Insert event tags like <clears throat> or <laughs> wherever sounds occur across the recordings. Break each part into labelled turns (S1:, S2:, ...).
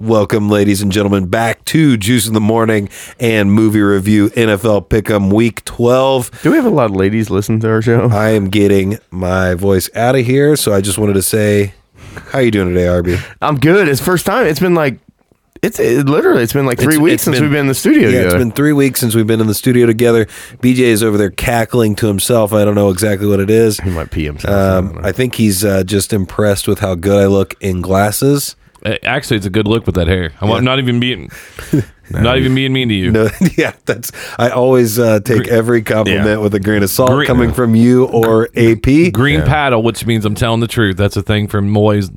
S1: Welcome, ladies and gentlemen, back to Juice in the Morning and Movie Review NFL Pick'em Week 12.
S2: Do we have a lot of ladies listen to our show?
S1: I am getting my voice out of here, so I just wanted to say, how you doing today, Arby?
S2: I'm good. It's first time. It's been like it's it, literally it's been like three
S1: It's-
S2: weeks
S1: it's
S2: since
S1: been-
S2: we've been in the
S1: Yeah,
S2: studio.
S1: it's
S2: together.
S1: been three weeks since we've been in the studio together. BJ is over there cackling to himself. I don't know exactly what it
S2: <laughs>
S1: is.
S2: he might pee himself. I don't
S1: Um,
S2: know.
S1: I think he's uh, just impressed with how good I look in glasses.
S3: Uh, Actually, it's a good look with that hair. I'm not even being, not even being mean to you.
S1: No, <laughs> yeah, that's. I always uh, take every compliment
S2: yeah.
S1: with a grain of salt
S3: Green-
S1: coming from you or AP.
S3: Green paddle, which means I'm telling the truth. That's a thing from Moy's.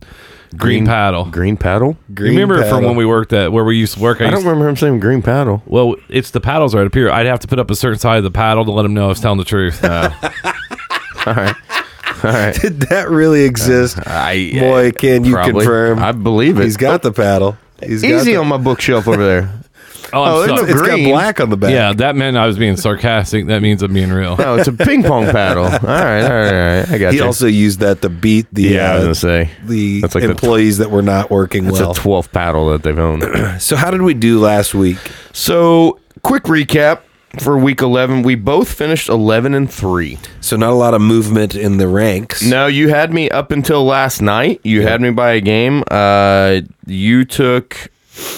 S3: Green, paddle.
S2: Green paddle.
S1: Green
S3: you remember from
S1: paddle.
S3: when we worked at where we used to work?
S2: Um, I don't
S3: used to-
S2: remember him saying green paddle.
S3: well, it's the paddles right up here. I'd have to put up a certain side of the paddle to let him know I was telling the truth.
S2: <laughs> All right.
S1: <laughs> Did that
S2: <laughs>
S1: really exist?
S2: I-
S1: Boy, can you
S2: probably.
S1: confirm?
S2: I believe it. Oh.
S1: He's got the paddle. He's got
S2: Easy
S1: the-
S2: on my bookshelf over there.
S3: <laughs> oh, I'm
S2: Oh, there's
S3: sorry.
S2: no
S1: It's got
S2: green.
S1: black on the back.
S3: yeah, that meant I was being sarcastic. That means I'm being real.
S2: No, Oh, it's a ping pong paddle. All right, all right, all right. I got
S1: He
S2: you.
S1: also used that to beat the
S2: yeah, I was
S1: uh,
S2: gonna say
S1: the
S2: that's like the tw-
S1: employees that were not working
S2: it's
S1: well.
S2: a twelfth paddle that they've owned.
S1: so how did we do last week?
S2: <clears throat> so, quick recap for week eleven. We both finished eleven and three.
S1: So not a lot of movement in the ranks.
S2: No, you had me up until last night. You had me by a game. Uh, you took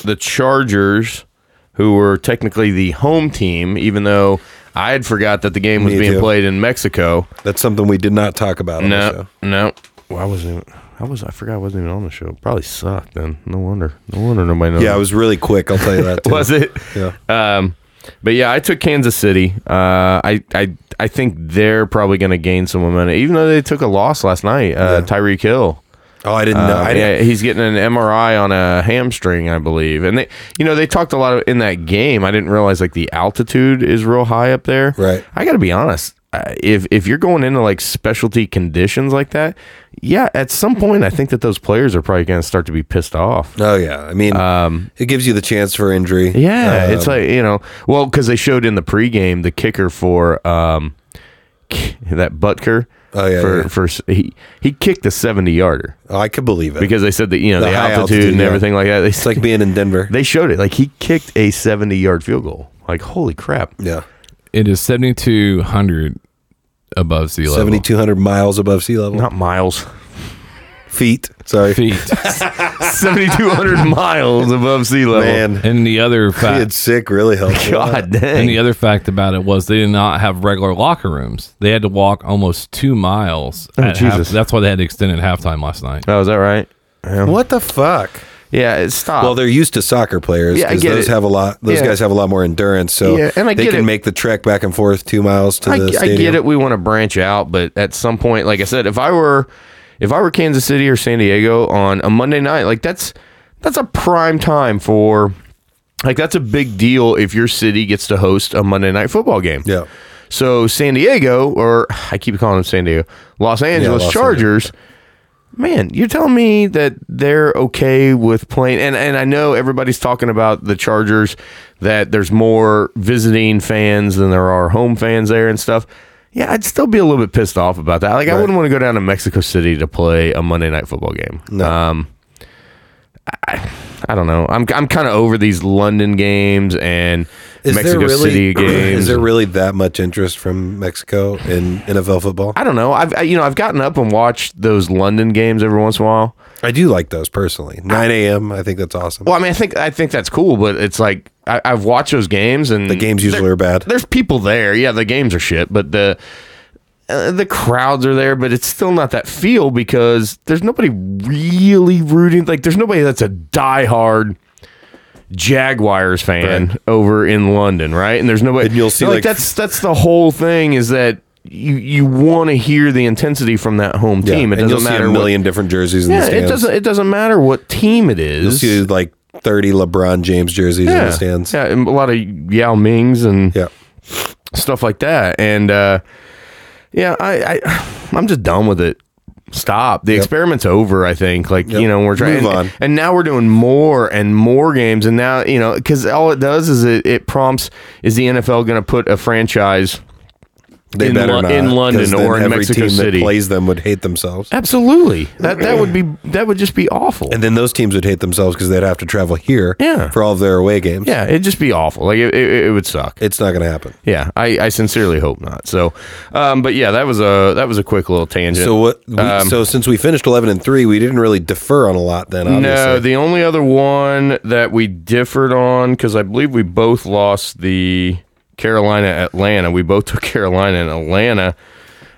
S2: the Chargers, who were technically the home team, even though I had forgot that the game was
S1: Me
S2: being
S1: too.
S2: played in Mexico.
S1: That's something we did not talk about. On the
S2: No,
S1: show.
S2: no. Well, I wasn't even. I was. I forgot. I wasn't even on the show. Probably sucked. Then no wonder. No wonder nobody knows.
S1: Yeah, it was really quick. I'll tell you that. Too.
S2: was <laughs> it?
S1: Yeah.
S2: Um, but yeah, I took Kansas City. Uh, I I I think they're probably going to gain some momentum, even though they took a loss last night. Uh, Tyreek Hill.
S1: Oh, I didn't know.
S2: Uh,
S1: I didn't,
S2: yeah, he's getting an MRI on a hamstring, I believe. And they, you know, they talked a lot of, in that game. I didn't realize like the altitude is real high up there.
S1: Right.
S2: I got to be honest. uh, If if you're going into like specialty conditions like that, yeah, at some point I think that those players are probably going to start to be pissed off.
S1: Oh yeah. I mean, it gives you the chance for injury.
S2: Um, Yeah, it's
S1: Um,
S2: like you know, well, because they showed in the pregame the kicker for um that Butker.
S1: Oh, yeah,
S2: for
S1: yeah.
S2: for s- he he kicked a seventy yarder
S1: oh, I could believe it
S2: because they said that you know
S1: The
S2: the,
S1: high
S2: altitude,
S1: altitude,
S2: and
S1: yeah.
S2: everything like that. They
S1: it's like being in Denver.
S2: <laughs> they showed it like he kicked a seventy yard field goal. Like holy crap!
S1: yeah,
S3: It is 7,200 above sea level.
S1: seventy two hundred miles above sea level.
S2: Not <laughs> miles,
S1: Feet. Sorry,
S3: feet.
S2: seventy two <laughs> hundred miles above sea level.
S1: man.
S3: and the other
S1: Being
S3: fact,
S1: sick really helped.
S2: <laughs> God
S3: and the
S2: dang!
S3: other fact about it was they did not have regular locker rooms. They had to walk almost two miles.
S2: Oh,
S3: at half-
S2: Jesus.
S3: that's why they had to extend at halftime last night.
S2: Oh, is that right?
S1: What the fuck?
S2: Yeah, it stopped.
S1: Well, they're used to soccer players
S2: Yeah, I
S1: because
S2: get
S1: those
S2: it.
S1: have a lot. Those
S2: Yeah.
S1: guys have a lot more endurance, so
S2: Yeah, and I
S1: they
S2: get
S1: can
S2: it.
S1: make the trek back and forth two miles to
S2: I,
S1: the
S2: I
S1: stadium.
S2: get it. We want to branch out, but at some point, like I said, if I were, if I were Kansas City or San Diego on a Monday night, like that's that's a prime time for, like that's a big deal if your city gets to host a Monday night football game.
S1: Yeah.
S2: So San Diego, or I keep calling them San Diego, Los Angeles
S1: Los
S2: Chargers. Man, you're telling me that they're okay with playing, and and I know everybody's talking about the Chargers that there's more visiting fans than there are home fans there and stuff. Yeah, I'd still be a little bit pissed off about that. Like, I wouldn't want to go down to Mexico City to play a Monday night football game.
S1: No.
S2: Um, I, I don't know. I'm I'm kind of over these London games and
S1: Is there
S2: Mexico
S1: really-
S2: City
S1: <clears throat>
S2: games.
S1: Is there really that much interest from Mexico in NFL football? I,
S2: I don't know. I've I, you know I've gotten up and watched those London games every once in a while.
S1: do like those personally. 9 a.m. I think that's awesome.
S2: Well, I mean, I think I think that's cool, but it's like I, I've watched those games and
S1: the games usually are bad.
S2: there's people there. Yeah, the games are shit, but the uh, the crowds are there, but it's still not that feel because there's nobody really rooting. Like, there's nobody that's a diehard Jaguars fan over in London, right? And there's nobody.
S1: And you'll see,
S2: like,
S1: like-
S2: that's that's the whole thing is that you you want to hear the intensity from that home
S1: Yeah,
S2: team. It
S1: and you'll
S2: doesn't
S1: see
S2: matter
S1: a
S2: what-
S1: million different jerseys in the
S2: yeah, it
S1: stands.
S2: doesn't. It doesn't matter what team it is.
S1: You'll see like 30 LeBron James jerseys in the stands.
S2: Yeah, and a lot of Yao Mings and
S1: Yeah.
S2: stuff like that. And uh, yeah, I, I I'm just done with it. Stop. The experiment's over. I think. Like
S1: Yep.
S2: you know, we're trying.
S1: Move on.
S2: And, and now we're doing more and more games. And now you know, because all it does is it, it prompts: is the NFL going to put a franchise
S1: They
S2: in,
S1: better
S2: Lo-
S1: not,
S2: in London
S1: 'cause then
S2: or in
S1: every
S2: Mexico
S1: team
S2: City.
S1: that plays them would hate themselves.
S2: Absolutely. That that would be that would just be awful.
S1: And then those teams would hate themselves because they'd have to travel here
S2: Yeah.
S1: for all of their away games.
S2: yeah, it'd just be awful. Like it, it, it would suck.
S1: It's not going to happen.
S2: Yeah, I, I sincerely hope not. So, um, but yeah, that was a that was a quick little tangent.
S1: So what? We,
S2: Um,
S1: so since we finished eleven and three, we didn't really defer on a lot. Then obviously,
S2: No, the only other one that we differed on because I believe we both lost the Carolina Atlanta. We both took <laughs> Carolina and Atlanta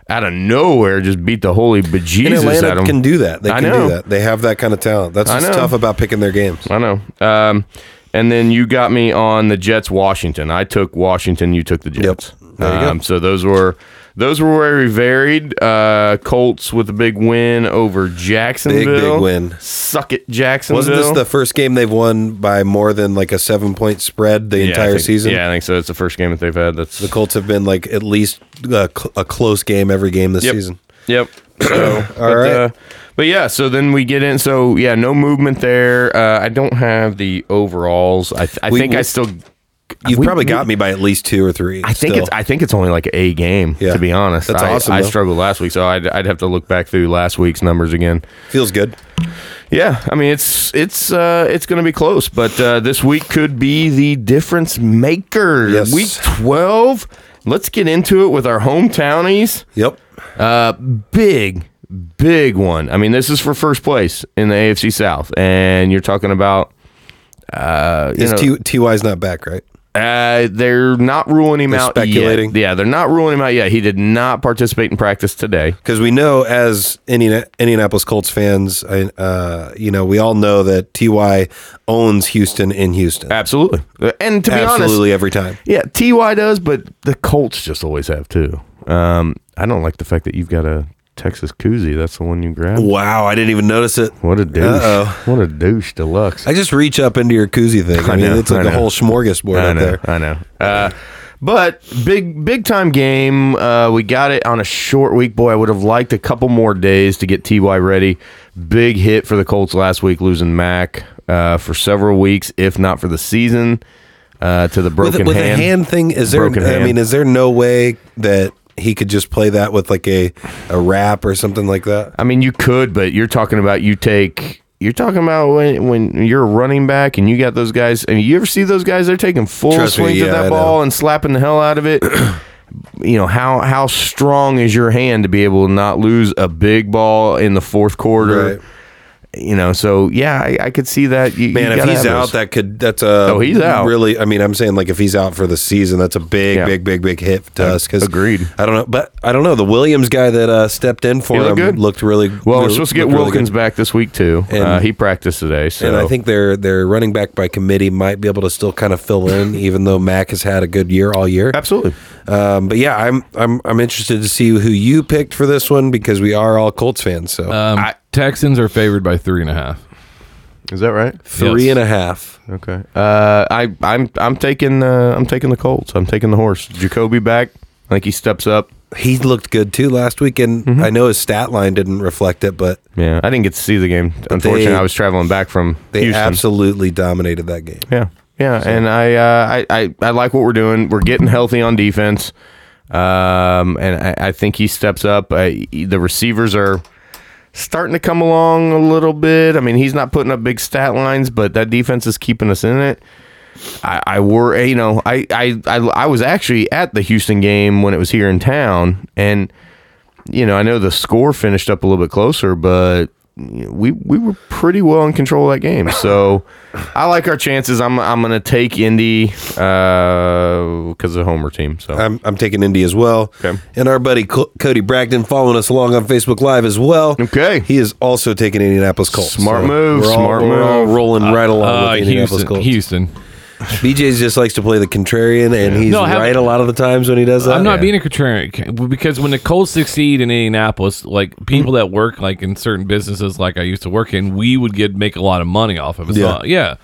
S2: out of nowhere just beat the holy bejesus
S1: and
S2: out
S1: Atlanta
S2: of
S1: can do that. They
S2: I
S1: can
S2: know.
S1: do that. They have that kind of talent. That's what's
S2: know.
S1: tough about picking their games.
S2: I know. Um, and then you got me on the Jets Washington. I took Washington. You took the Jets.
S1: There you go.
S2: Um, so those were those were where we varied. Uh, Colts with a big win over Jacksonville.
S1: win.
S2: Suck it, Jacksonville.
S1: Wasn't this the first game they've won by more than like a seven point spread the
S2: Yeah, I
S1: entire
S2: think-
S1: season?
S2: Yeah, I think so. It's the first game that they've had. That's
S1: The Colts have been like at least a, cl- a close game every game this
S2: Yep.
S1: season. <clears throat>
S2: Yep. So, but,
S1: right.
S2: Uh, but yeah, so then we get in. So yeah, no movement there. Uh, I don't have the overalls. I, th- I
S1: We-
S2: think I
S1: we-
S2: still.
S1: You've
S2: we-
S1: probably
S2: we-
S1: got me by at least two or three.
S2: I think
S1: still.
S2: it's. I think it's only like a game.
S1: Yeah.
S2: To be honest,
S1: That's
S2: I,
S1: awesome,
S2: I
S1: though.
S2: struggled last week, so I'd, I'd have to look back through last week's numbers again.
S1: feels good.
S2: Yeah, I mean it's it's uh, it's going to be close, but uh, this week could be the difference maker.
S1: Yes.
S2: Week twelve. Let's get into it with our hometownies.
S1: Yep.
S2: Uh, big, big one. I mean, this is for first place in the AFC South, and you're talking about. Uh, you
S1: Is
S2: know,
S1: T- Ty's not back, right?
S2: uh, they're not ruling him
S1: They're
S2: out.
S1: speculating?
S2: Yet. Yeah, they're not ruling him out yet. He did not participate in practice today.
S1: Because we know, as Indiana- Indianapolis Colts fans, I- uh, you know, we all know that Ty owns Houston in Houston.
S2: Absolutely, and to be honest,
S1: Absolutely every time.
S2: yeah, Ty does, but the Colts just always have too. Um, I don't like the fact that you've got a Texas koozie. That's the one you grabbed.
S1: Wow, I didn't even notice it.
S2: What a douche!
S1: Uh-oh.
S2: What a douche deluxe.
S1: I just reach up into your koozie thing. I,
S2: I
S1: mean,
S2: know,
S1: it's like
S2: I
S1: a
S2: know.
S1: whole smorgasbord
S2: I
S1: up
S2: know,
S1: there.
S2: I know. Uh, but big, big time game. Uh, we got it on a short week. Boy, I would have liked a couple more days to get Ty ready. Big hit for the Colts last week, losing Mac uh, for several weeks, if not for the season, uh, to the
S1: With,
S2: broken
S1: with
S2: hand.
S1: the hand thing, is there?
S2: Broken
S1: I
S2: hand.
S1: mean, is there no way that he could just play that with like a a rap or something like that?
S2: I mean, you could, but you're talking about you take. You're talking about when when you're a running back and you got those guys. And you ever see those guys? They're taking full
S1: Trust me,
S2: swings
S1: yeah,
S2: at that
S1: I
S2: ball
S1: know.
S2: and slapping the hell out of it. <clears throat> you know how how strong is your hand to be able to not lose a big ball in the fourth quarter?
S1: Right.
S2: You know, so yeah, I, I could see that. You,
S1: Man,
S2: you
S1: if
S2: gotta
S1: he's
S2: have
S1: out,
S2: those.
S1: that could that's a
S2: Oh, he's out.
S1: Really, I mean, I'm saying like if he's out for the season, that's a big,
S2: Yeah.
S1: big, big, big hit to us. Because
S2: agreed.
S1: I don't know, but I don't know. The Williams guy that uh, stepped in for
S2: He
S1: him
S2: looked good.
S1: looked really
S2: well, we're
S1: really-
S2: supposed to get
S1: looked really
S2: Wilkins
S1: good.
S2: back this week too.
S1: And-
S2: uh, he practiced today, so
S1: And I think their their running back by committee might be able to still kind of fill
S2: <laughs>
S1: in, even though Mac has had a good year all year.
S2: absolutely.
S1: Um, but yeah, I'm I'm I'm interested to see who you picked for this one because we are all Colts fans. So
S3: Um,
S2: I-
S3: Texans are favored by three and a half.
S2: Is that right?
S1: three
S3: yes.
S1: and a half.
S2: Okay. Uh, I I'm I'm taking uh, I'm taking the Colts. I'm taking the horse. Jacoby back. I think he steps up.
S1: He looked good too last week, and
S2: Mm-hmm.
S1: I know his stat line didn't reflect it, but
S2: Yeah. I didn't get to see the game. Unfortunately,
S1: they-
S2: I was traveling back from
S1: they
S2: Houston.
S1: absolutely dominated that game.
S2: yeah. Yeah. And I, uh, I I I like what we're doing. We're getting healthy on defense. Um, and I, I think he steps up. I, the receivers are starting to come along a little bit. I mean, he's not putting up big stat lines, but that defense is keeping us in it. I, I were you know I, I I I was actually at the Houston game when it was here in town, and you know I know the score finished up a little bit closer, but you know, we we were pretty well in control of that game. So I like our chances. I'm I'm gonna take Indy because of the Homer team. So
S1: I'm, I'm taking Indy as well.
S2: Okay.
S1: And our buddy Co- Cody Bragdon following us along on Facebook Live as well.
S2: Okay.
S1: He is also taking Indianapolis Colts.
S2: Smart move,
S1: We're all,
S2: smart
S1: we're all
S2: move.
S1: rolling right along
S3: Uh,
S1: with the Indianapolis
S3: Houston.
S1: Colts.
S3: Houston.
S1: BJ's just likes to play the contrarian, and he's
S3: No, I haven't-
S1: right a lot of the times when he does that.
S3: I'm not being a contrarian because when the Colts succeed in Indianapolis, like people that work like in certain businesses, like I used to work in, we would get make a lot of money off of it.
S1: Yeah.
S3: Yeah. yeah.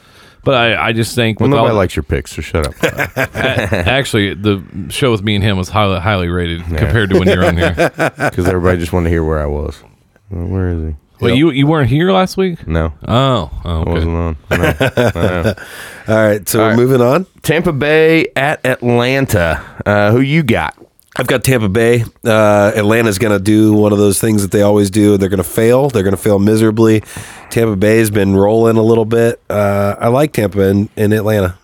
S3: But I, I just think
S2: well,
S3: with
S2: nobody
S3: all-
S2: likes your picks, so shut up. <laughs>
S3: a- actually the show with me and him was highly highly rated compared to when you're
S2: <laughs>
S3: on here.
S2: because Uh, everybody just wanted to hear where I was. Well, Where is he?
S3: Well, you you weren't here last week.
S2: No,
S3: Oh,
S2: I
S3: oh, okay.
S2: wasn't on. <laughs> No.
S1: All right, so
S2: All
S1: we're
S2: right.
S1: moving on.
S2: Tampa Bay at Atlanta. Uh, who you got?
S1: I've got Tampa Bay. Uh, Atlanta's going to do one of those things that they always do. They're going to fail. They're going to fail miserably. Tampa Bay's been rolling a little bit. Uh, I like Tampa and, and Atlanta.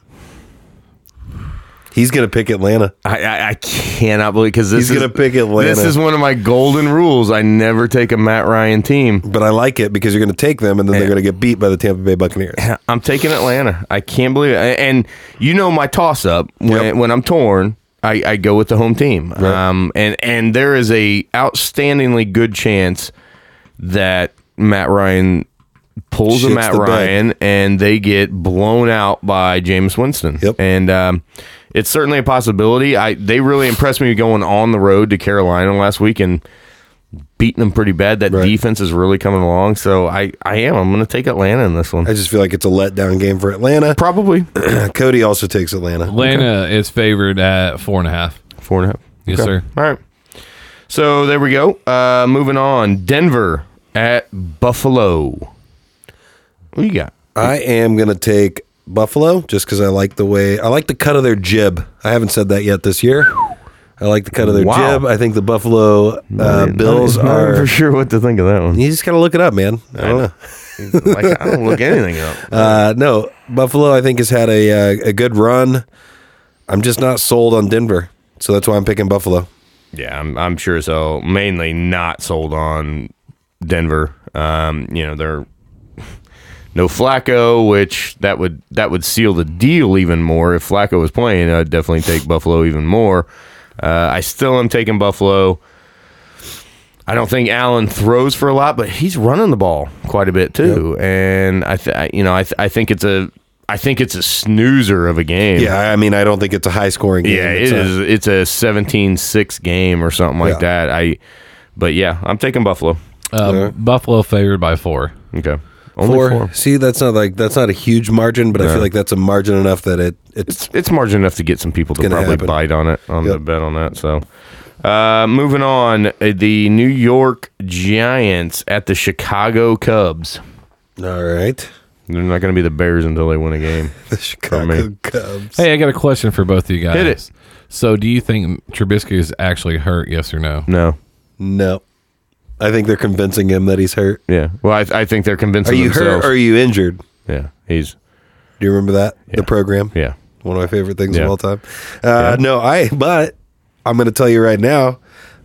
S1: He's going to pick Atlanta.
S2: I, I, I cannot believe because this
S1: He's
S2: is
S1: gonna pick Atlanta.
S2: This is one of my golden rules. I never take a Matt Ryan team.
S1: But I like it because you're going to take them and then they're going to get beat by the Tampa Bay Buccaneers.
S2: <laughs> I'm taking Atlanta. I can't believe it. And you know my toss up when
S1: Yep.
S2: when I'm torn, I, I go with the home team. Um, and and there is a outstandingly good chance that Matt Ryan pulls a
S1: Shits
S2: Matt
S1: the bed.
S2: Ryan and they get blown out by James Winston.
S1: Yep.
S2: And um, it's certainly a possibility. I they really impressed me going on the road to Carolina last week and beating them pretty bad. That
S1: Right.
S2: defense is really coming along. So I, I am. I'm going to take Atlanta in this one.
S1: I just feel like it's a letdown game for Atlanta.
S2: Probably
S1: Cody also takes Atlanta.
S3: Atlanta is favored at four and a half.
S2: four and a half.
S3: Yes, sir.
S2: All right. So there we go. Uh, moving on. Denver at Buffalo. What you got?
S1: I am going to take Buffalo just because I like the way I like the cut of their jib. I haven't said that yet this year. I like the cut of their
S2: Wow.
S1: jib. I think the Buffalo uh, Bills
S2: Not- not
S1: are.
S2: for sure what to think of that one.
S1: You just got to look it up, man. I don't know.
S2: like I don't look anything up.
S1: Uh, no, Buffalo, I think, has had a, uh, a good run. I'm just not sold on Denver. So that's why I'm picking Buffalo.
S2: Yeah, I'm, I'm sure so. Mainly not sold on Denver. Um, you know, they're <laughs> no Flacco, which that would that would seal the deal even more. If Flacco was playing, I'd definitely take Buffalo even more. Uh, I still am taking Buffalo. I don't think Allen throws for a lot, but he's running the ball quite a bit too. And I, th- I, you know, I, th- I think it's a, I think it's a snoozer of a game.
S1: Yeah, I mean, I don't think it's a high scoring game.
S2: Yeah,
S1: it's
S2: it
S1: a-
S2: is. It's a 17-6 game or something like
S1: Yeah.
S2: that. I, but yeah, I'm taking Buffalo.
S3: Um, Buffalo favored by four.
S2: Okay, only
S1: Four.
S2: four.
S1: See, that's not like that's not a huge margin, but I feel like that's a margin enough that it it's
S2: It's it's margin enough to get some people to
S1: gonna
S2: probably
S1: happen.
S2: bite on it on the
S1: Yep.
S2: bet on that. So, uh, moving on, uh, the New York Giants at the Chicago Cubs.
S1: all right. <laughs>
S2: They're not going to be the Bears until they win a game.
S1: The Chicago
S2: me.
S1: Cubs.
S3: Hey, I got a question for both of you guys.
S2: Hit it.
S3: So, do you think Trubisky is actually hurt? Yes or no?
S2: No.
S1: No, I think they're convincing him that he's hurt.
S2: Yeah. Well, I, I think they're
S1: Are
S2: convincing
S1: you hurt
S2: themselves.
S1: or are you injured?
S2: yeah. He's
S1: Do you remember that the program?
S2: yeah.
S1: one of my favorite things
S2: Yeah.
S1: of all time. Uh,
S2: Yeah.
S1: No, I but I'm going to tell you right now,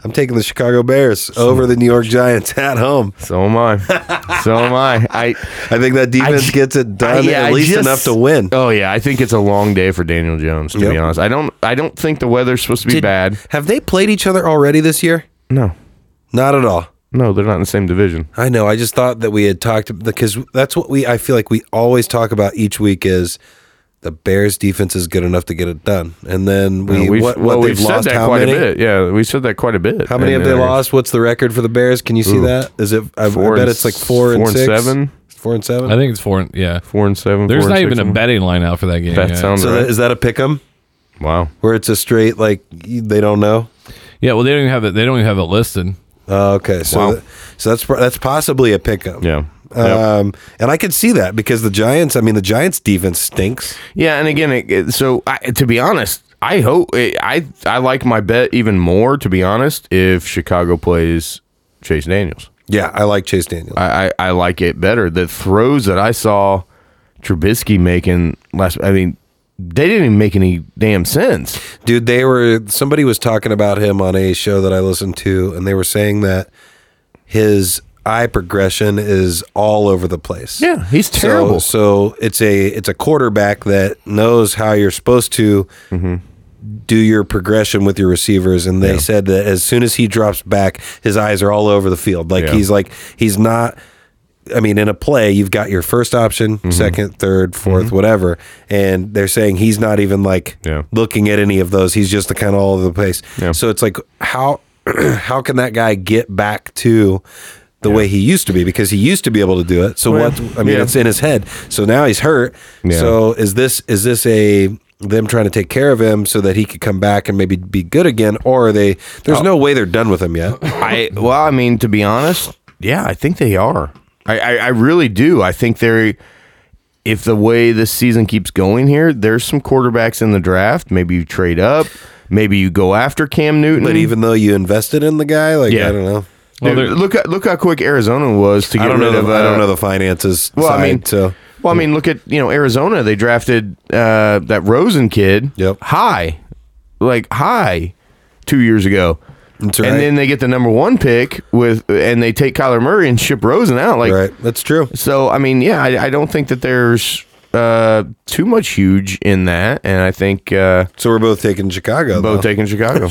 S1: I'm taking the Chicago Bears over the New York Giants <laughs> at home.
S2: So
S1: <laughs>
S2: am I. so am I. I.
S1: I think that defense
S2: ju-
S1: gets it done
S2: I- yeah,
S1: at
S2: I
S1: least
S2: just-
S1: enough to win.
S2: Oh yeah, I think it's a long day for Daniel Jones. To be
S1: Yep.
S2: honest, I don't. I don't think the weather's supposed to be
S1: Did-
S2: bad.
S1: Have they played each other already this year?
S2: No,
S1: Not at all.
S2: no, they're not in the same division.
S1: I know. I just thought that we had talked because that's what we. I feel like we always talk about each week is the Bears' defense is good enough to get it done, and then we
S2: we've,
S1: what,
S2: well,
S1: what
S2: we've
S1: they've
S2: said
S1: lost
S2: that
S1: how
S2: quite
S1: many?
S2: a bit. Yeah, we said that quite a bit.
S1: How many
S2: And
S1: have they
S2: they're
S1: lost? What's the record for the Bears? Can you see that? Is it? I, I
S2: Four
S1: bet
S2: and
S1: it's like four,
S2: s-
S1: and
S2: four and
S1: six,
S2: seven?
S1: four and seven.
S3: I think it's four. And, yeah.
S2: Four and seven.
S3: There's
S2: four and
S3: not
S2: six
S3: even a
S2: and-
S3: betting line out for that game.
S2: That
S3: yeah.
S2: sounds
S1: so
S2: right.
S1: that, is that a pick 'em
S2: wow.
S1: where it's a straight like you- they don't know?
S3: yeah. Well, they don't even have it. They don't even have it listed.
S1: Oh, okay, so
S2: Wow.
S1: th- so that's pro- that's possibly a pick 'em.
S2: Yeah. Yep.
S1: Um, and I could see that because the Giants. I mean, the Giants' defense stinks.
S2: Yeah, and again, it, it- so I, to be honest, I hope eh, I I like my bet even more. To be honest, if Chicago plays Chase Daniels.
S1: Yeah, I like Chase Daniel.
S2: I, I, I like it better. The throws that I saw Trubisky making last, I mean, they didn't even make any damn sense.
S1: Dude, they were somebody was talking about him on a show that I listened to, and they were saying that his eye progression is all over the place.
S2: he's
S1: So-
S2: terrible.
S1: So, it's a it's a quarterback that knows how you're supposed to
S2: Mm-hmm.
S1: do your progression with your receivers, and they said that as soon as he drops back, his eyes are all over the field. Like
S2: Yeah.
S1: he's like he's not. I mean, in a play, you've got your first option,
S2: Mm-hmm.
S1: second, third, fourth, whatever, and they're saying he's not even like
S2: Yeah.
S1: looking at any of those. He's just kind of all over the place.
S2: Yeah.
S1: So it's like how <clears throat> how can that guy get back to the way he used to be because he used to be able to do it. So
S2: Well,
S1: what I mean
S2: yeah.
S1: it's in his head. So now he's hurt.
S2: Yeah.
S1: So is this is this a them trying to take care of him so that he could come back and maybe be good again or are they
S2: Oh.
S1: there's no way they're done with him
S2: <clears throat>
S1: yet.
S2: <laughs> I well, I mean, to be honest, yeah, I think they are. I, I, I really do. I think they're. if the way this season keeps going here, there's some quarterbacks in the draft. Maybe you trade up. Maybe you go after Cam Newton.
S1: But even though you invested in the guy, like
S2: Yeah.
S1: I don't know.
S3: Well,
S2: Dude, <laughs>
S3: they're-
S2: look at- look how quick Arizona was to get
S1: I don't
S2: rid
S1: know. The,
S2: of.
S1: I don't
S2: uh,
S1: know the finances.
S2: Well,
S1: side,
S2: I mean,
S1: so
S2: well, I mean, look at you know Arizona. They drafted uh, that Rosen kid.
S1: Yep.
S2: High, like high, two years ago.
S1: that's right.
S2: And then they get the number one pick with, and they take Kyler Murray and ship Rosen out. Like,
S1: right, that's true.
S2: so I mean, yeah, I, I don't think that there's uh, too much huge in that, and I think uh,
S1: So we're both taking Chicago.
S2: both
S1: though.
S2: taking
S1: <laughs>
S2: Chicago.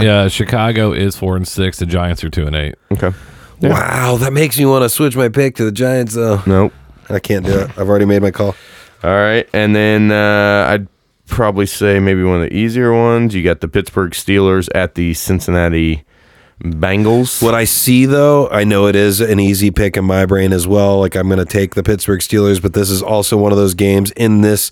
S3: yeah. Chicago is four and six. The Giants are two and eight.
S2: okay,
S1: Wow, that makes me want to switch my pick to the Giants. Though
S2: nope.
S1: I can't do it. I've already made my call.
S2: All right, and then uh, I'd probably say maybe one of the easier ones. You got the Pittsburgh Steelers at the Cincinnati Bengals.
S1: What I see, though, I know it is an easy pick in my brain as well. Like I'm going to take the Pittsburgh Steelers, but this is also one of those games in this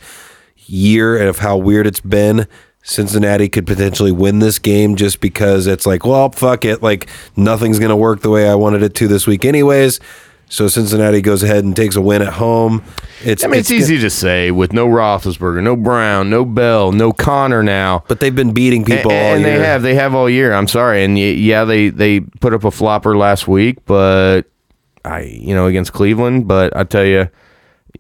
S1: year of how weird it's been. Cincinnati could potentially win this game just because it's like, well, fuck it. Like nothing's going to work the way I wanted it to this week, anyways. So Cincinnati goes ahead and takes a win at home. It's
S2: I mean, it's,
S1: it's
S2: easy to say with no Roethlisberger, no Brown, no Bell, no Connor now.
S1: but they've been beating people
S2: and,
S1: all
S2: and
S1: year.
S2: they have they have all year. I'm sorry, and y- yeah, they they put up a flopper last week, but I you know against Cleveland, but I tell you,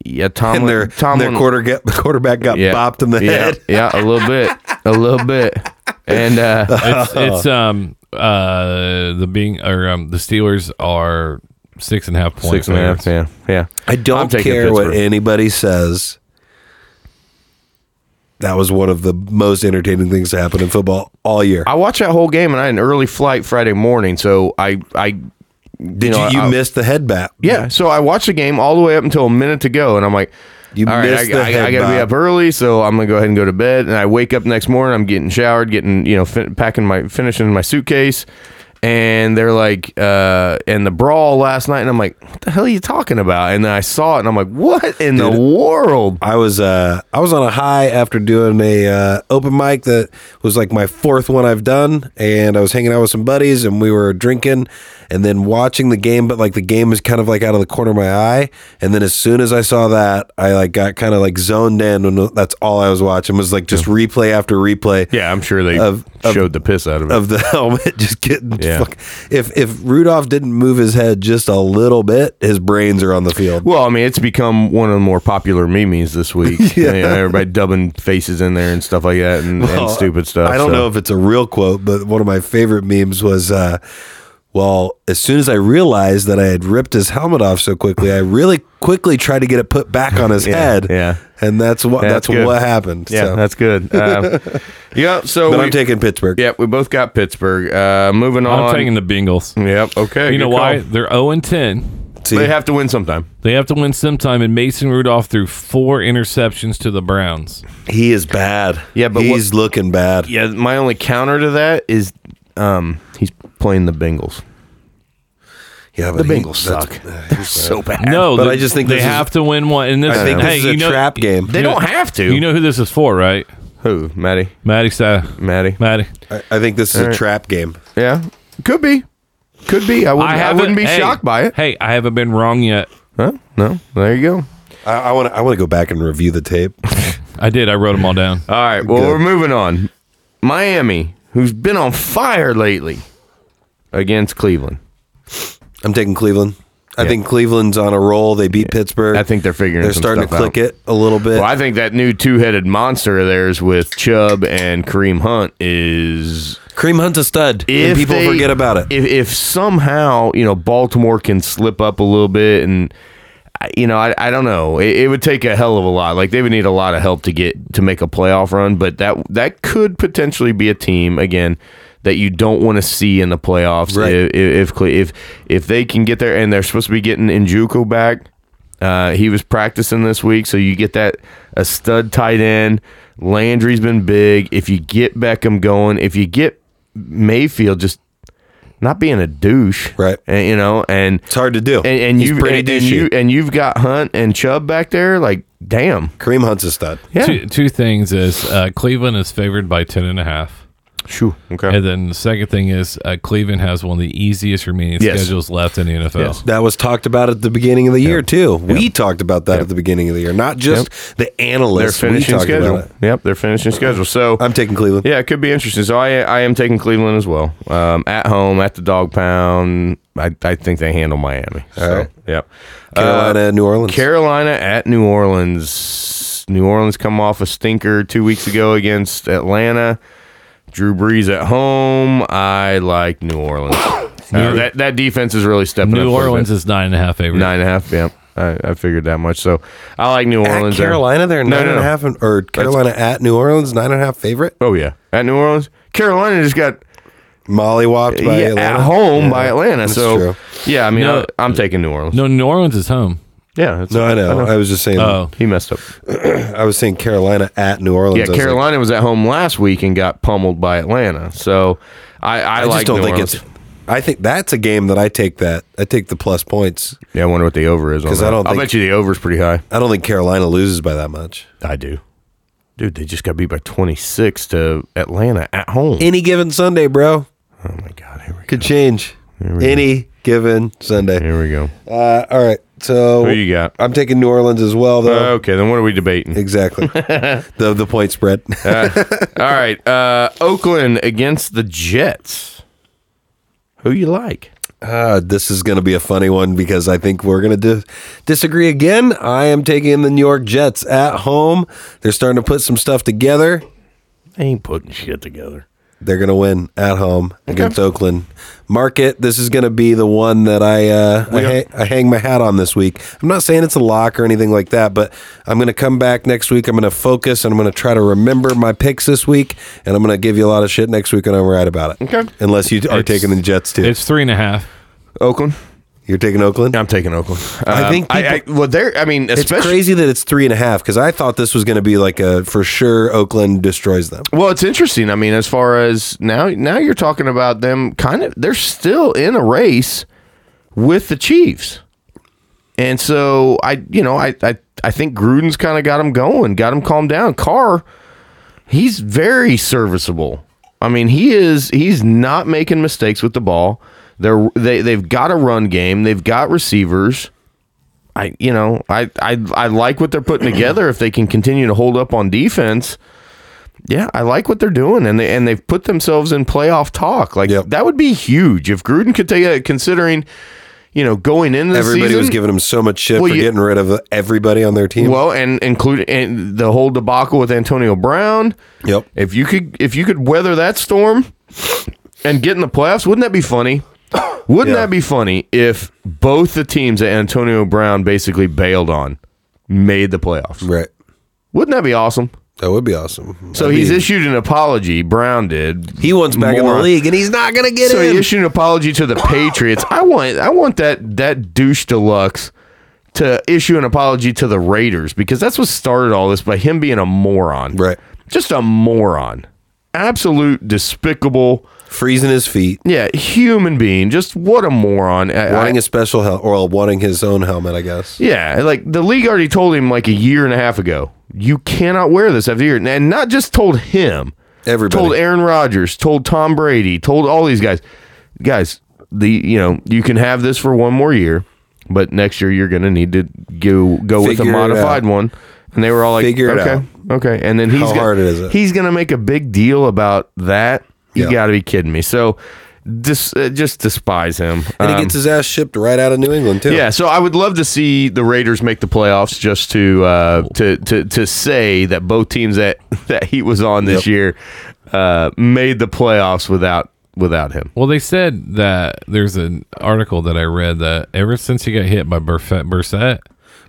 S2: yeah,
S1: <laughs>
S2: Tomlin,
S1: and their
S2: Tomlin,
S1: their quarter get, <laughs> quarterback got
S2: yeah,
S1: bopped in the
S2: yeah,
S1: head.
S2: yeah, a little bit, a little bit,
S1: <laughs>
S2: and uh, <laughs>
S3: It's, it's um uh the being or um the Steelers are six and a half
S2: six
S3: points.
S2: and a half, yeah, yeah.
S1: I
S2: I'm
S1: don't
S2: taking
S1: care what
S2: Pittsburgh.
S1: anybody says. That was one of the most entertaining things to happen in football all year.
S2: I watched that whole game, and I had an early flight Friday morning, so I I
S1: Did you,
S2: know,
S1: you
S2: I-
S1: missed the head bat?
S2: yeah, so I watched the game all the way up until a minute to go, and I'm like.
S1: you
S2: All right,
S1: missed the
S2: I,
S1: head
S2: I, I gotta be
S1: bop.
S2: up early, so I'm gonna go ahead and go to bed. And I wake up next morning. I'm getting showered, getting you know, fin- packing my finishing my suitcase. And they're like, uh, and the brawl last night, and I'm like, what the hell are you talking about? And then I saw it, and I'm like, what in the world?
S1: I was uh, I was on a high after doing a uh, open mic that was like my fourth one I've done, and I was hanging out with some buddies, and we were drinking, and then watching the game. But like the game was kind of like out of the corner of my eye, and then as soon as I saw that, I like got kind of like zoned in, and that's all I was watching was like just replay after replay.
S2: Yeah, I'm sure they
S1: Of- of-
S2: showed the piss out of it.
S1: Of the <laughs> helmet just getting
S2: Yeah.
S1: fuck. if if Rudolph didn't move his head just a little bit, his brains are on the field.
S2: well, I mean, it's become one of the more popular memes this
S1: <laughs>
S2: week. yeah, everybody dubbing faces in there and stuff like that, and, and
S1: Well,
S2: stupid stuff.
S1: I don't
S2: so.
S1: know if it's a real quote, but one of my favorite memes was, uh, "Well, as soon as I realized that I had ripped his helmet off so quickly, I really quickly tried to get it put back on his head."
S2: <laughs> yeah.
S1: and that's what
S2: Yeah,
S1: that's,
S2: that's good.
S1: what happened.
S2: Yeah,
S1: so.
S2: that's <laughs> good. Uh, yeah, so
S1: but
S2: we-
S1: I'm taking Pittsburgh.
S2: Yep, we both got Pittsburgh. Uh, moving
S3: I'm
S2: on.
S3: taking the Bengals.
S2: Yep. Okay. good
S3: You know why?
S2: call.
S3: They're zero and ten.
S1: See,
S2: They have to win sometime.
S3: They have to win sometime, and Mason Rudolph threw four interceptions to the Browns.
S1: he is bad.
S2: Yeah, but
S1: he's looking bad.
S2: Yeah. My only counter to that is, um, he's playing the Bengals.
S1: Yeah, but
S2: The
S1: he-
S2: Bengals
S1: that's-
S2: suck.
S1: uh, he's
S2: So bad.
S3: No,
S1: But
S3: the-
S1: I just think
S3: they
S1: this is-
S3: have to win one. And this,
S1: I think this
S3: hey,
S1: is
S3: you
S1: a
S3: know,
S1: trap game.
S2: They
S3: You know-
S2: don't have to.
S3: You know who this is for, right?
S2: who? Maddie.
S3: Maddie Sty.
S2: Maddie.
S3: Maddie.
S1: I, I think this is a trap game.
S2: Yeah. Could be. Could be. I wouldn't. I, wouldn't
S3: haven't-
S2: be
S3: hey,
S2: shocked by it.
S3: Hey, I haven't been wrong yet.
S2: Huh? No. There you go.
S1: I want to. I want to go back and review the tape.
S3: I did. I wrote them all down.
S2: All right. Well,
S1: Good.
S2: we're moving on. Miami, who's been on fire lately, against Cleveland.
S1: I'm taking Cleveland. I think Cleveland's on a roll. They beat Pittsburgh.
S2: I think they're figuring.
S1: they're
S2: some
S1: starting to
S2: stuff out.
S1: click it a little bit.
S2: Well, I think that new two-headed monster of theirs with Chubb and Kareem Hunt is
S1: Cream Hunt's a stud, and people
S2: they-
S1: forget about it.
S2: If, if somehow you know Baltimore can slip up a little bit, and I- you know, I, I don't know, it, it would take a hell of a lot. Like they would need a lot of help to get to make a playoff run, but that that could potentially be a team again that you don't want to see in the playoffs.
S1: Right.
S2: If if, if Cle- if if they can get there, and they're supposed to be getting Njuku back. Uh, he was practicing this week, so you get that a stud tight end. Landry's been big. If you get Beckham going, if you get Mayfield just not being a douche,
S1: Right.
S2: And, you know, and
S1: it's hard to do.
S2: and, and
S1: He's
S2: you've
S1: pretty
S2: and, and
S1: douchey.
S2: you and you've got Hunt and Chubb back there, like damn,
S1: Kareem Hunt's a stud.
S2: yeah.
S3: Two, two things is uh, Cleveland is favored by ten and a half.
S2: Shoo. Okay.
S3: And then the second thing is uh, Cleveland has one of the easiest remaining
S2: Yes.
S3: schedules left in the NFL.
S2: Yes.
S1: That was talked about at the beginning of the year too. We talked about that at the beginning of the year, not just the
S2: they're
S1: analysts. We
S2: finishing
S1: talked
S2: schedule.
S1: about it.
S2: Yep, they're finishing schedule. So
S1: I'm taking Cleveland.
S2: Yeah, it could be interesting. So I I am taking Cleveland as well. Um, at home at the dog pound. I, I think they handle Miami. So,
S1: right.
S2: Yep. Uh,
S1: Carolina, and New Orleans.
S2: Carolina at New Orleans. New Orleans come off a stinker two weeks ago against Atlanta. Drew Brees at home. I like New Orleans. Uh, that that defense is really stepping up.
S3: New
S2: a little
S3: Orleans
S2: bit.
S3: is nine and a half favorite.
S2: nine and a half. Yeah, I, I figured that much. So I like New
S1: at
S2: Orleans. there.
S1: Carolina, they're
S2: No,
S1: nine
S2: no,
S1: and a
S2: no.
S1: half, and or Carolina at New Orleans, nine and a half favorite.
S2: Oh yeah, at New Orleans. Carolina just got
S1: Mollywopped by
S2: yeah,
S1: Atlanta.
S2: at home
S1: Yeah,
S2: by Atlanta.
S1: that's
S2: so
S1: true.
S2: yeah, I mean,
S3: No.
S2: I, am taking New Orleans.
S3: No, New Orleans is home.
S2: Yeah, that's,
S1: No, I know. I, was just saying.
S3: Oh,
S2: he messed up.
S1: I was saying Carolina at New Orleans.
S2: Yeah,
S1: I was like,
S2: Carolina was at home last week and got pummeled by Atlanta. So I, I,
S1: I just
S2: like
S1: don't
S2: New
S1: think
S2: Orleans.
S1: it's. I think that's a game that I take that. I take the plus points.
S2: Yeah, I wonder what the over is on
S1: 'Cause
S2: that.
S1: I don't
S2: I'll
S1: think-
S2: bet you the over's pretty high.
S1: I don't think Carolina loses by that much.
S2: I do. Dude, they just got beat by 26 to Atlanta at home.
S1: Any given Sunday, bro,
S2: oh my God, here we go.
S1: could change. Any given <laughs> Sunday.
S2: Here we go.
S1: Uh, all right, so
S2: Who you got?
S1: I'm taking New Orleans as well, though.
S2: Okay, then what are we debating?
S1: <laughs> exactly. <laughs> the the point spread. <laughs>
S2: All right, uh, Oakland against the Jets. Who you like?
S1: Uh, this is going to be a funny one because I think we're going to di- disagree again. I am taking the New York Jets at home. They're starting to put some stuff together.
S2: They ain't putting shit together.
S1: They're going to win at home against Oakland. Mark it. This is going to be the one that I uh, I, ha- I hang my hat on this week. I'm not saying it's a lock or anything like that, but I'm going to come back next week. I'm going to focus and I'm going to try to remember my picks this week, and I'm going to give you a lot of shit next week when I'm right about it.
S2: Okay.
S1: Unless you are
S3: It's-
S1: taking the Jets too.
S3: it's three and a half.
S2: Oakland.
S1: You're taking Oakland.
S2: I'm taking Oakland.
S1: I
S2: Um,
S1: think
S2: I, I, well, they're. I mean,
S1: It's
S2: especially.
S1: crazy that it's three and a half because I thought this was going to be like a for sure Oakland destroys them.
S2: Well, it's interesting. I mean, as far as now, now you're talking about them. Kind of, they're still in a race with the Chiefs, and so I, you know, I, I, I think Gruden's kind of got him going, got him calmed down. Carr, he's very serviceable. I mean, he is. He's not making mistakes with the ball. They're they they've got a run game. They've got receivers. I you know I I I like what they're putting together. If they can continue to hold up on defense, yeah, I like what they're doing, and they and they've put themselves in playoff talk. Like
S1: Yep.
S2: that would be huge if Gruden could take it. Considering, you know, going into the
S1: Everybody
S2: season,
S1: was giving them so much shit
S2: Well,
S1: for
S2: you-
S1: getting rid of everybody on their team.
S2: well, and including and the whole debacle with Antonio Brown.
S1: yep.
S2: If you could if you could weather that storm and get in the playoffs, wouldn't that be funny? Wouldn't
S1: Yeah.
S2: that be funny if both the teams that Antonio Brown basically bailed on made the playoffs?
S1: Right.
S2: Wouldn't that be awesome?
S1: That would be awesome.
S2: So he's issued an apology. Brown did.
S1: he wants back in
S2: Moron.
S1: the league and he's not going to get
S2: So
S1: in.
S2: he issued an apology to the Patriots. I want I want that that douche deluxe to issue an apology to the Raiders because that's what started all this by him being a moron.
S1: Right.
S2: Just a moron. Absolute despicable.
S1: Freezing his feet,
S2: Yeah, human being. Just what a moron. I- I-
S1: wanting a special helmet or wanting his own helmet, I guess.
S2: yeah, like the league already told him like a year and a half ago. You cannot wear this after a year, and not just told him.
S1: Everybody.
S2: told Aaron Rodgers, told Tom Brady, told all these guys. Guys, the you know you can have this for one more year, but next year you're going to need to go go with a
S1: Figure it
S2: modified
S1: out.
S2: one. And they were all like,
S1: Figure it
S2: okay,
S1: out.
S2: okay. And then he's
S1: How
S2: gonna,
S1: hard is it?
S2: He's going to make a big deal about that. You
S1: Yeah.
S2: got to be kidding me. So. Dis, uh, just despise him.
S1: and
S2: Um,
S1: he gets his ass shipped right out of New England, too.
S2: yeah, so I would love to see the Raiders make the playoffs just to uh, to, to to say that both teams that <laughs> that he was on this
S1: Yep.
S2: year uh, made the playoffs without without him.
S3: Well, they said that there's an article that I read that ever since he got hit by Burfett, Bursette,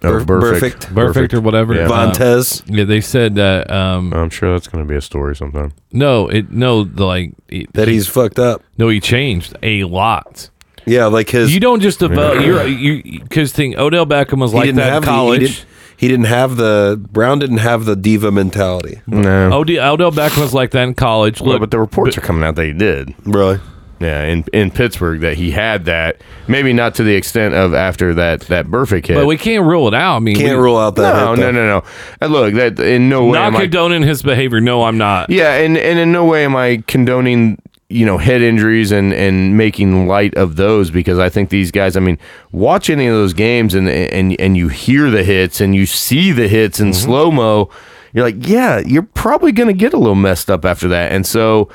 S1: Per- perfect.
S3: Burfict or whatever,
S2: Yeah.
S3: uh,
S1: Vontez.
S3: yeah, they said that. Um,
S2: I'm sure that's going to be a story sometime.
S3: no, it no, the, like it,
S1: that he's fucked up.
S3: no, he changed a lot.
S1: Yeah, like his.
S3: You don't just develop. You're you because thing Odell Beckham was
S1: he
S3: like
S1: didn't
S3: that in
S1: have The, he,
S3: college.
S1: didn't, he didn't have the. Brown didn't have the diva mentality.
S2: No,
S3: Od- Odell Beckham was like that in college. Oh, Look,
S2: but the reports are coming out that he did.
S1: Really?
S2: Yeah, in in Pittsburgh that he had that. Maybe not to the extent of after that that perfect hit.
S3: But we can't rule it out. I mean,
S1: Can't
S3: we,
S1: rule out that.
S2: no,
S1: hit, though.
S2: no, no, no. And look, that in no way
S3: not
S2: am I
S3: condoning his behavior. No, I'm not.
S2: Yeah, and, and in no way am I condoning you know head injuries and and making light of those because I think these guys. I mean, watch any of those games and and and you hear the hits and you see the hits in
S1: Mm-hmm.
S2: slow mo. You're like, yeah, you're probably gonna get a little messed up after that, and so.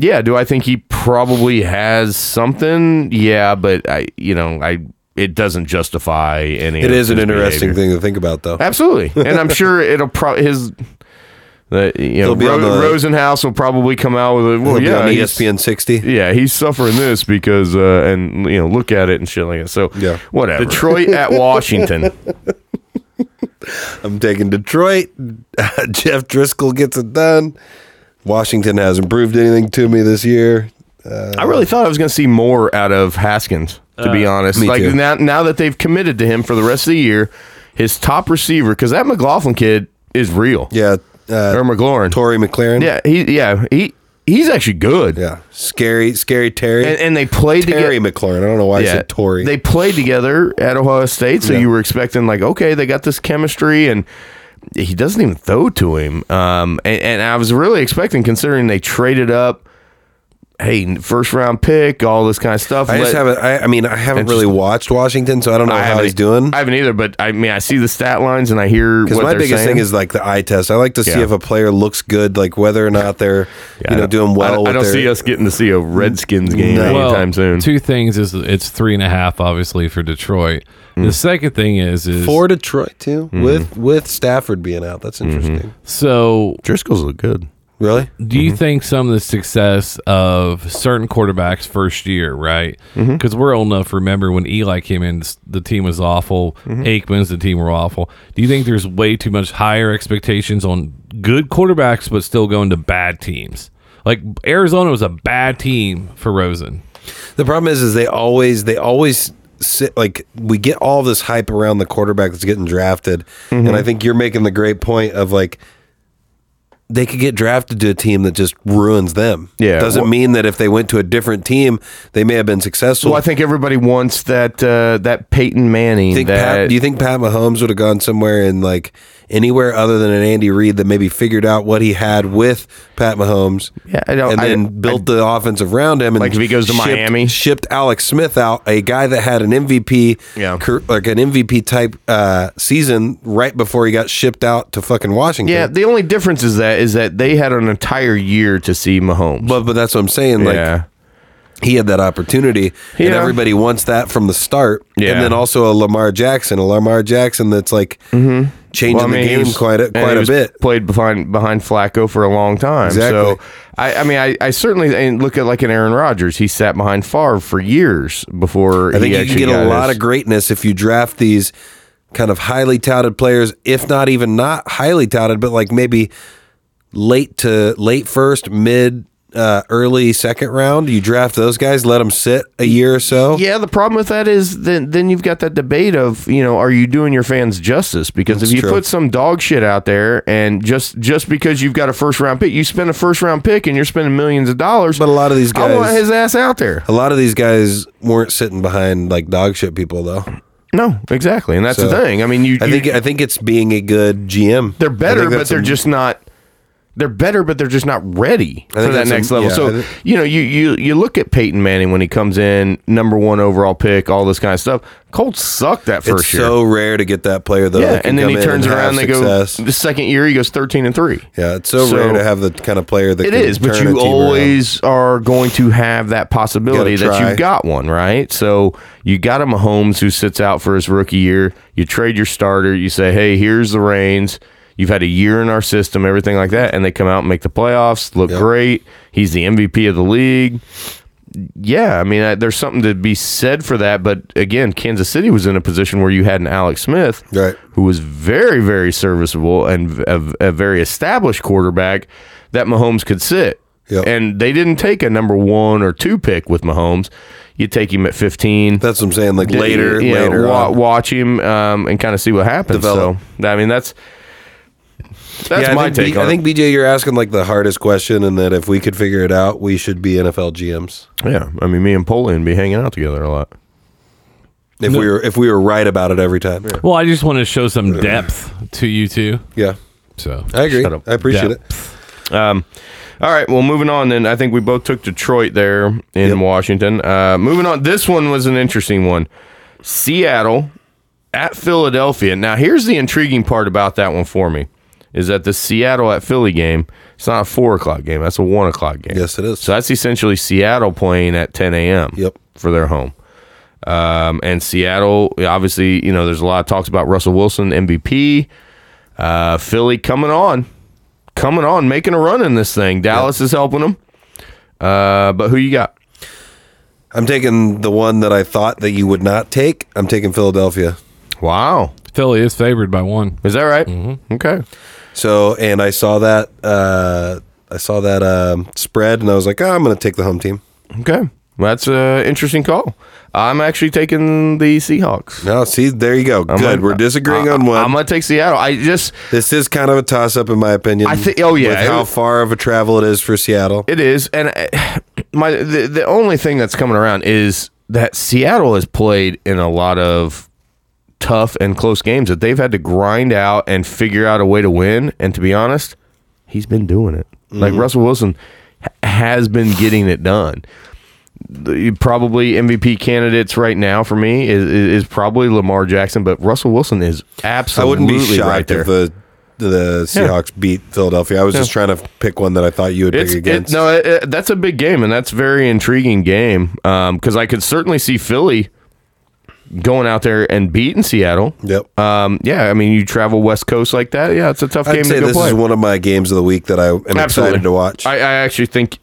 S2: Yeah, do I think he probably has something? Yeah, but I, you know, I it doesn't justify any.
S1: It
S2: of
S1: is an
S2: his
S1: interesting
S2: behavior.
S1: thing to think about, though. <laughs>
S2: Absolutely, and I'm sure it'll probably his. The, you know,
S1: He'll be
S2: Ro-
S1: on the-
S2: Rosenhaus will probably come out with a well,
S1: It'll be
S2: Oh, yeah,
S1: on E
S2: he's-
S1: ESPN 60.
S2: yeah, he's suffering this because, uh, and you know, look at it and shit like that. So,
S1: Yeah.
S2: whatever. Detroit <laughs> at Washington.
S1: I'm taking Detroit. <laughs> Jeff Driscoll gets it done. Washington hasn't proved anything to me this year.
S2: I really thought I was going to see more out of Haskins, to be honest.
S1: me
S2: Like
S1: too.
S2: now, now that they've committed to him for the rest of the year, his top receiver because that McLaughlin kid is real.
S1: Yeah,
S2: or
S1: uh,
S2: McLaurin.
S1: Tory McLaren.
S2: yeah, he, yeah, he, he's actually good.
S1: yeah. Scary, scary Terry.
S2: And, and they played together.
S1: Terry McLaurin. I don't know why I said Tory.
S2: They played together at Ohio State, so you were expecting like, okay, they got this chemistry, and he doesn't even throw to him. Um, and, and I was really expecting, considering they traded up, hey, first round pick, all this kind of stuff.
S1: I just
S2: Let-
S1: haven't. I, I mean, I haven't really watched Washington, so I don't know
S2: I
S1: how
S2: haven't-
S1: he's doing.
S2: I haven't either, but I mean, I see the stat lines and I hear
S1: Because
S2: what
S1: my
S2: they're
S1: biggest
S2: saying.
S1: thing is like the eye test. I like to see
S2: Yeah.
S1: if a player looks good, like whether or not they're you
S2: Yeah, I
S1: know
S2: don't-
S1: doing well.
S2: I don't, I
S1: with
S2: don't
S1: their-
S2: see us getting to see a Redskins game
S1: No.
S3: Well,
S2: anytime soon.
S3: Two things is it's three and a half, obviously for Detroit.
S2: Mm.
S3: The second thing is is
S1: for Detroit too with
S2: Mm-hmm.
S1: with Stafford being out. That's interesting.
S3: so
S2: Driscoll's look good.
S1: Really?
S3: Do
S2: Mm-hmm.
S3: you think some of the success of certain quarterbacks first year, right? Because
S2: Mm-hmm.
S3: we're old enough to remember when Eli came in, s- the team was awful.
S2: Mm-hmm.
S3: Aikman's the team were awful. Do you think there's way too much higher expectations on good quarterbacks, but still going to bad teams? Like Arizona was a bad team for Rosen.
S1: The problem is, is they always they always sit like we get all this hype around the quarterback that's getting drafted, and
S2: Mm-hmm.
S1: I think you're making the great point of like they could get drafted to a team that just ruins them.
S2: Yeah.
S1: doesn't
S2: Well-
S1: mean that if they went to a different team, they may have been successful.
S2: Well, I think everybody wants that uh, that Peyton Manning.
S1: think
S2: that,
S1: Pat, do you think Pat Mahomes would have gone somewhere and like anywhere other than an Andy Reid that maybe figured out what he had with Pat Mahomes?
S2: Yeah, I don't-
S1: and
S2: I-
S1: then built the offense around him. And
S2: Like if he goes to
S1: shipped-
S2: Miami?
S1: shipped Alex Smith out, a guy that had an MVP,
S2: Yeah.
S1: cur- like an MVP type uh, season right before he got shipped out to fucking Washington.
S2: Yeah, the only difference is that is that they had an entire year to see Mahomes.
S1: But, but that's what I'm saying. Like
S2: yeah,
S1: he had that opportunity, and
S2: Yeah.
S1: everybody wants that from the start.
S2: Yeah.
S1: And then also a Lamar Jackson, a Lamar Jackson that's like changing
S2: Mm-hmm. Well, I mean,
S1: the
S2: he
S1: game
S2: was-
S1: quite a,
S2: and
S1: quite
S2: he
S1: a
S2: was
S1: bit.
S2: Played behind behind Flacco for a long time.
S1: Exactly.
S2: So I, I mean, I, I certainly and look at like an Aaron Rodgers. He sat behind Favre for years before.
S1: I think
S2: he
S1: you can
S2: actually
S1: get a
S2: got
S1: lot
S2: his-
S1: of greatness if you draft these kind of highly touted players, if not even not highly touted, but like maybe late to late first, mid, uh, early second round. You draft those guys, let them sit a year or so.
S2: Yeah, the problem with that is then then you've got that debate of you know are you doing your fans justice because if you
S1: true.
S2: put some dog shit out there and just just because you've got a first round pick you spend a first round pick and you're spending millions of dollars
S1: But a lot of these
S2: I want
S1: guys-
S2: his ass out there
S1: A lot of these guys weren't sitting behind like dog shit people though.
S2: no exactly and that's the
S1: So,
S2: thing I mean you,
S1: I
S2: you-
S1: think I think it's being a good GM. I
S2: they're
S1: think
S2: better but
S1: that's
S2: they're
S1: a-
S2: just not they're better but they're just not ready for
S1: think
S2: that
S1: that's a-
S2: next level
S1: yeah, I
S2: so
S1: think-
S2: you know you you you look at Peyton Manning when he comes in number one overall pick all this kind of stuff Colts sucked that first
S1: it's
S2: year.
S1: so rare to get that player though.
S2: Yeah,
S1: that can
S2: and then
S1: come
S2: he
S1: in
S2: turns
S1: have
S2: around. They
S1: success.
S2: go the second year. He goes thirteen and three.
S1: Yeah, it's so,
S2: So-
S1: rare to have the kind of player that
S2: It
S1: can
S2: is, but
S1: turn a
S2: you
S1: team around.
S2: always are going to have that possibility
S1: Gotta
S2: that
S1: try.
S2: you've got one, right? So you got a Mahomes who sits out for his rookie year. You trade your starter. You say, "Hey, here's the reins. You've had a year in our system, everything like that." And they come out and make the playoffs. Look great. He's the MVP of the league. Yeah, I mean, I, there's something to be said for that. But again, Kansas City was in a position where you had an Alex Smith,
S1: Right.
S2: who was very, very serviceable and v- a, a very established quarterback that Mahomes could sit.
S1: Yep.
S2: And they didn't take a number one or two pick with Mahomes. You take him at 15.
S1: That's what I'm saying. Like
S2: d-
S1: later,
S2: you know,
S1: later.
S2: wa-
S1: on.
S2: watch him um, and kind of see what happens.
S1: Develop.
S2: So, I mean, that's That's
S1: yeah, I
S2: my
S1: think
S2: take
S1: B- I
S2: on it.
S1: think BJ, you're asking like the hardest question, and that if we could figure it out, we should be NFL GMs.
S2: Yeah, I mean, me and Poland be hanging out together a lot.
S1: If we were if we were right about it every time.
S3: Well, I just want to show some depth to you two.
S1: Yeah,
S3: So
S1: I agree.
S2: Shut up.
S1: I appreciate it.
S2: Um, all right, well, moving on then. I think we both took Detroit there in Washington. Uh, moving on, this one was an interesting one. Seattle at Philadelphia. Now, here's the intriguing part about that one for me is that the Seattle at Philly game, it's not a four o'clock game, that's a one o'clock game.
S1: Yes, it is.
S2: So that's essentially Seattle playing at 10 a.m.
S1: Yep.
S2: for their home. Um, and Seattle, obviously, you know, there's a lot of talks about Russell Wilson, MVP. Uh, Philly coming on, coming on, making a run in this thing. Dallas is helping them. Uh, but who you got?
S1: I'm taking the one that I thought that you would not take. I'm taking Philadelphia.
S2: Wow.
S3: Philly is favored by one.
S2: Is that right?
S1: Mm-hmm.
S2: Okay.
S1: So, and I saw that uh, I saw that um, spread, and I was like, oh, I'm going to take the home team.
S2: Okay. Well, that's an interesting call. I'm actually taking the Seahawks.
S1: No, see, there you go. Good.
S2: gonna-
S1: We're disagreeing on one.
S2: I'm going to take Seattle. I just,
S1: this is kind of a toss up, in my opinion.
S2: I thi- oh, yeah.
S1: with how far of a travel it is for Seattle.
S2: It is, and I, <sighs> my the, the only thing that's coming around is that Seattle has played in a lot of tough and close games that they've had to grind out and figure out a way to win. And to be honest, he's been doing it. Like
S1: Mm-hmm.
S2: Russell Wilson ha- has been getting it done. The- Probably MVP candidates right now for me is, is is probably Lamar Jackson, but Russell Wilson is
S1: I
S2: absolutely
S1: wouldn't be shocked
S2: right there.
S1: if the the Seahawks beat Philadelphia. I was just trying to pick one that I thought you would
S2: It's
S1: pick
S2: it,
S1: against.
S2: no, it, it- that's a big game, and that's a very intriguing game because I could certainly see Philly going out there and beating Seattle.
S1: Yep.
S2: Um, yeah, I mean, you travel West Coast like that. Yeah, it's a tough game
S1: I'd say
S2: to go
S1: this
S2: play.
S1: is one of my games of the week that I am excited to watch.
S2: I, I actually think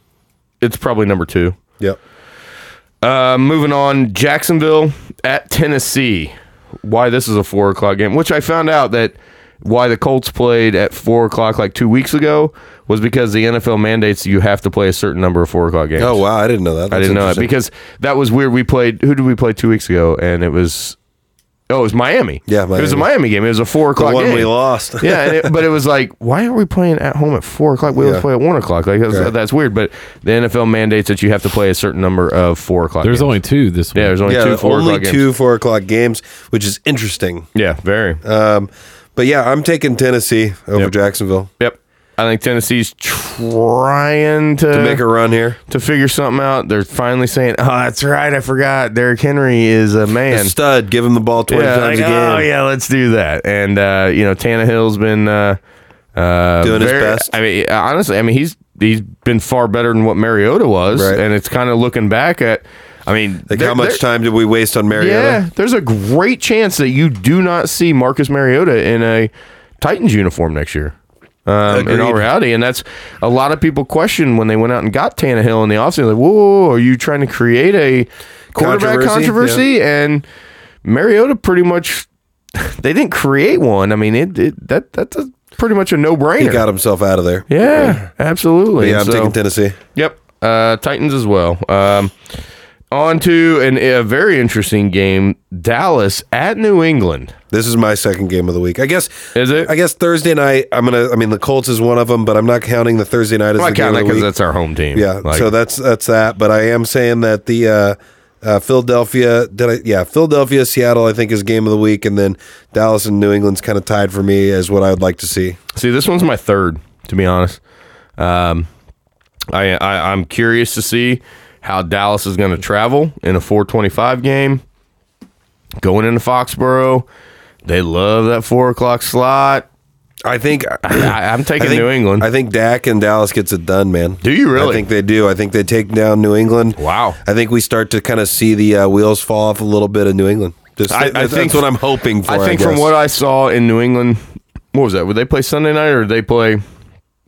S2: it's probably number two.
S1: yep.
S2: Uh, moving on, Jacksonville at Tennessee. Why this is a four o'clock game? Which I found out that why the Colts played at four o'clock like two weeks ago was because the NFL mandates you have to play a certain number of four o'clock games.
S1: Oh wow, I didn't know that.
S2: I
S1: That's
S2: didn't know that
S1: interesting.
S2: because that was weird. We played. Who did we play two weeks ago? And it was, oh, it was Miami.
S1: Yeah,
S2: it was a
S1: Miami.
S2: Miami game. It was a four o'clock
S1: the one
S2: game.
S1: we lost.
S2: <laughs> yeah, and it, but it was like, why aren't we playing at home at four o'clock? We always
S1: Yeah.
S2: play at one o'clock. Like that's,
S1: Right.
S2: that's weird. But the NFL mandates that you have to play a certain number of four o'clock.
S3: There's
S2: games.
S3: only two this week.
S2: yeah, there's only
S1: yeah,
S2: two four
S1: only
S2: o'clock
S1: two
S2: games.
S1: four o'clock games, which is interesting.
S2: Yeah, very.
S1: Um, but yeah, I'm taking Tennessee over
S2: Yep.
S1: Jacksonville
S2: yep. I think Tennessee's trying to,
S1: to make a run here.
S2: to figure something out. They're finally saying, "Oh, that's right, I forgot. Derrick Henry is a man."
S1: Stud, give him the ball twenty
S2: yeah,
S1: times
S2: like,
S1: a game.
S2: Oh yeah, let's do that. And uh, you know, Tannehill's been uh, uh,
S1: Doing his best.
S2: I mean, uh, honestly, I mean he's he's been far better than what Mariota was,
S1: Right.
S2: and it's kind of looking back at. I mean,
S1: Like
S2: there-
S1: how much
S2: there-
S1: time did we waste on Mariota?
S2: Yeah, there's a great chance that you do not see Marcus Mariota in a Titans uniform next year. Um, in all
S1: Agreed.
S2: reality, and that's a lot of people question when they went out and got Tannehill in the offseason. Like, whoa, are you trying to create a quarterback
S1: Controversy?
S2: controversy? And Mariota pretty much <laughs> they didn't create one. I mean, it, it that that's a, pretty much a no
S1: He
S2: brainer.
S1: got himself out of there.
S2: yeah, absolutely.
S1: Yeah, I'm
S2: And so-
S1: taking Tennessee.
S2: Yep. Uh, Titans as well. Um, on to an, a very interesting game Dallas at New England.
S1: This is my second game of the week. I guess.
S2: Is it?
S1: I guess Thursday night. I'm gonna. I mean, the Colts is one of them, but I'm not counting the Thursday night as
S2: I
S1: the game
S2: count
S1: of
S2: that
S1: the
S2: because
S1: week.
S2: that's our home team.
S1: yeah.
S2: Like,
S1: so that's that's that. But I am saying that the uh, uh, Philadelphia. Did I? Yeah. Philadelphia, Seattle. I think is game of the week, and then Dallas and New England's kind of tied for me as what I would like to see.
S2: see, this one's my third, to be honest. Um, I, I I'm curious to see how Dallas is going to travel in a 425 game. Going into Foxborough, they love that four o'clock slot. <clears throat>
S1: I think. I
S2: I, I'm taking
S1: think
S2: New England.
S1: I think Dak and Dallas gets it done, man.
S2: Do you really?
S1: I think they do. I think they take down New England.
S2: Wow.
S1: I think we start to kind of see the uh, wheels fall off a little bit in New England. Just
S2: I- I
S1: that's
S2: think-
S1: what I'm hoping for.
S2: I think from
S1: guess.
S2: what I saw in New England, what was that? Would they play Sunday night or did they play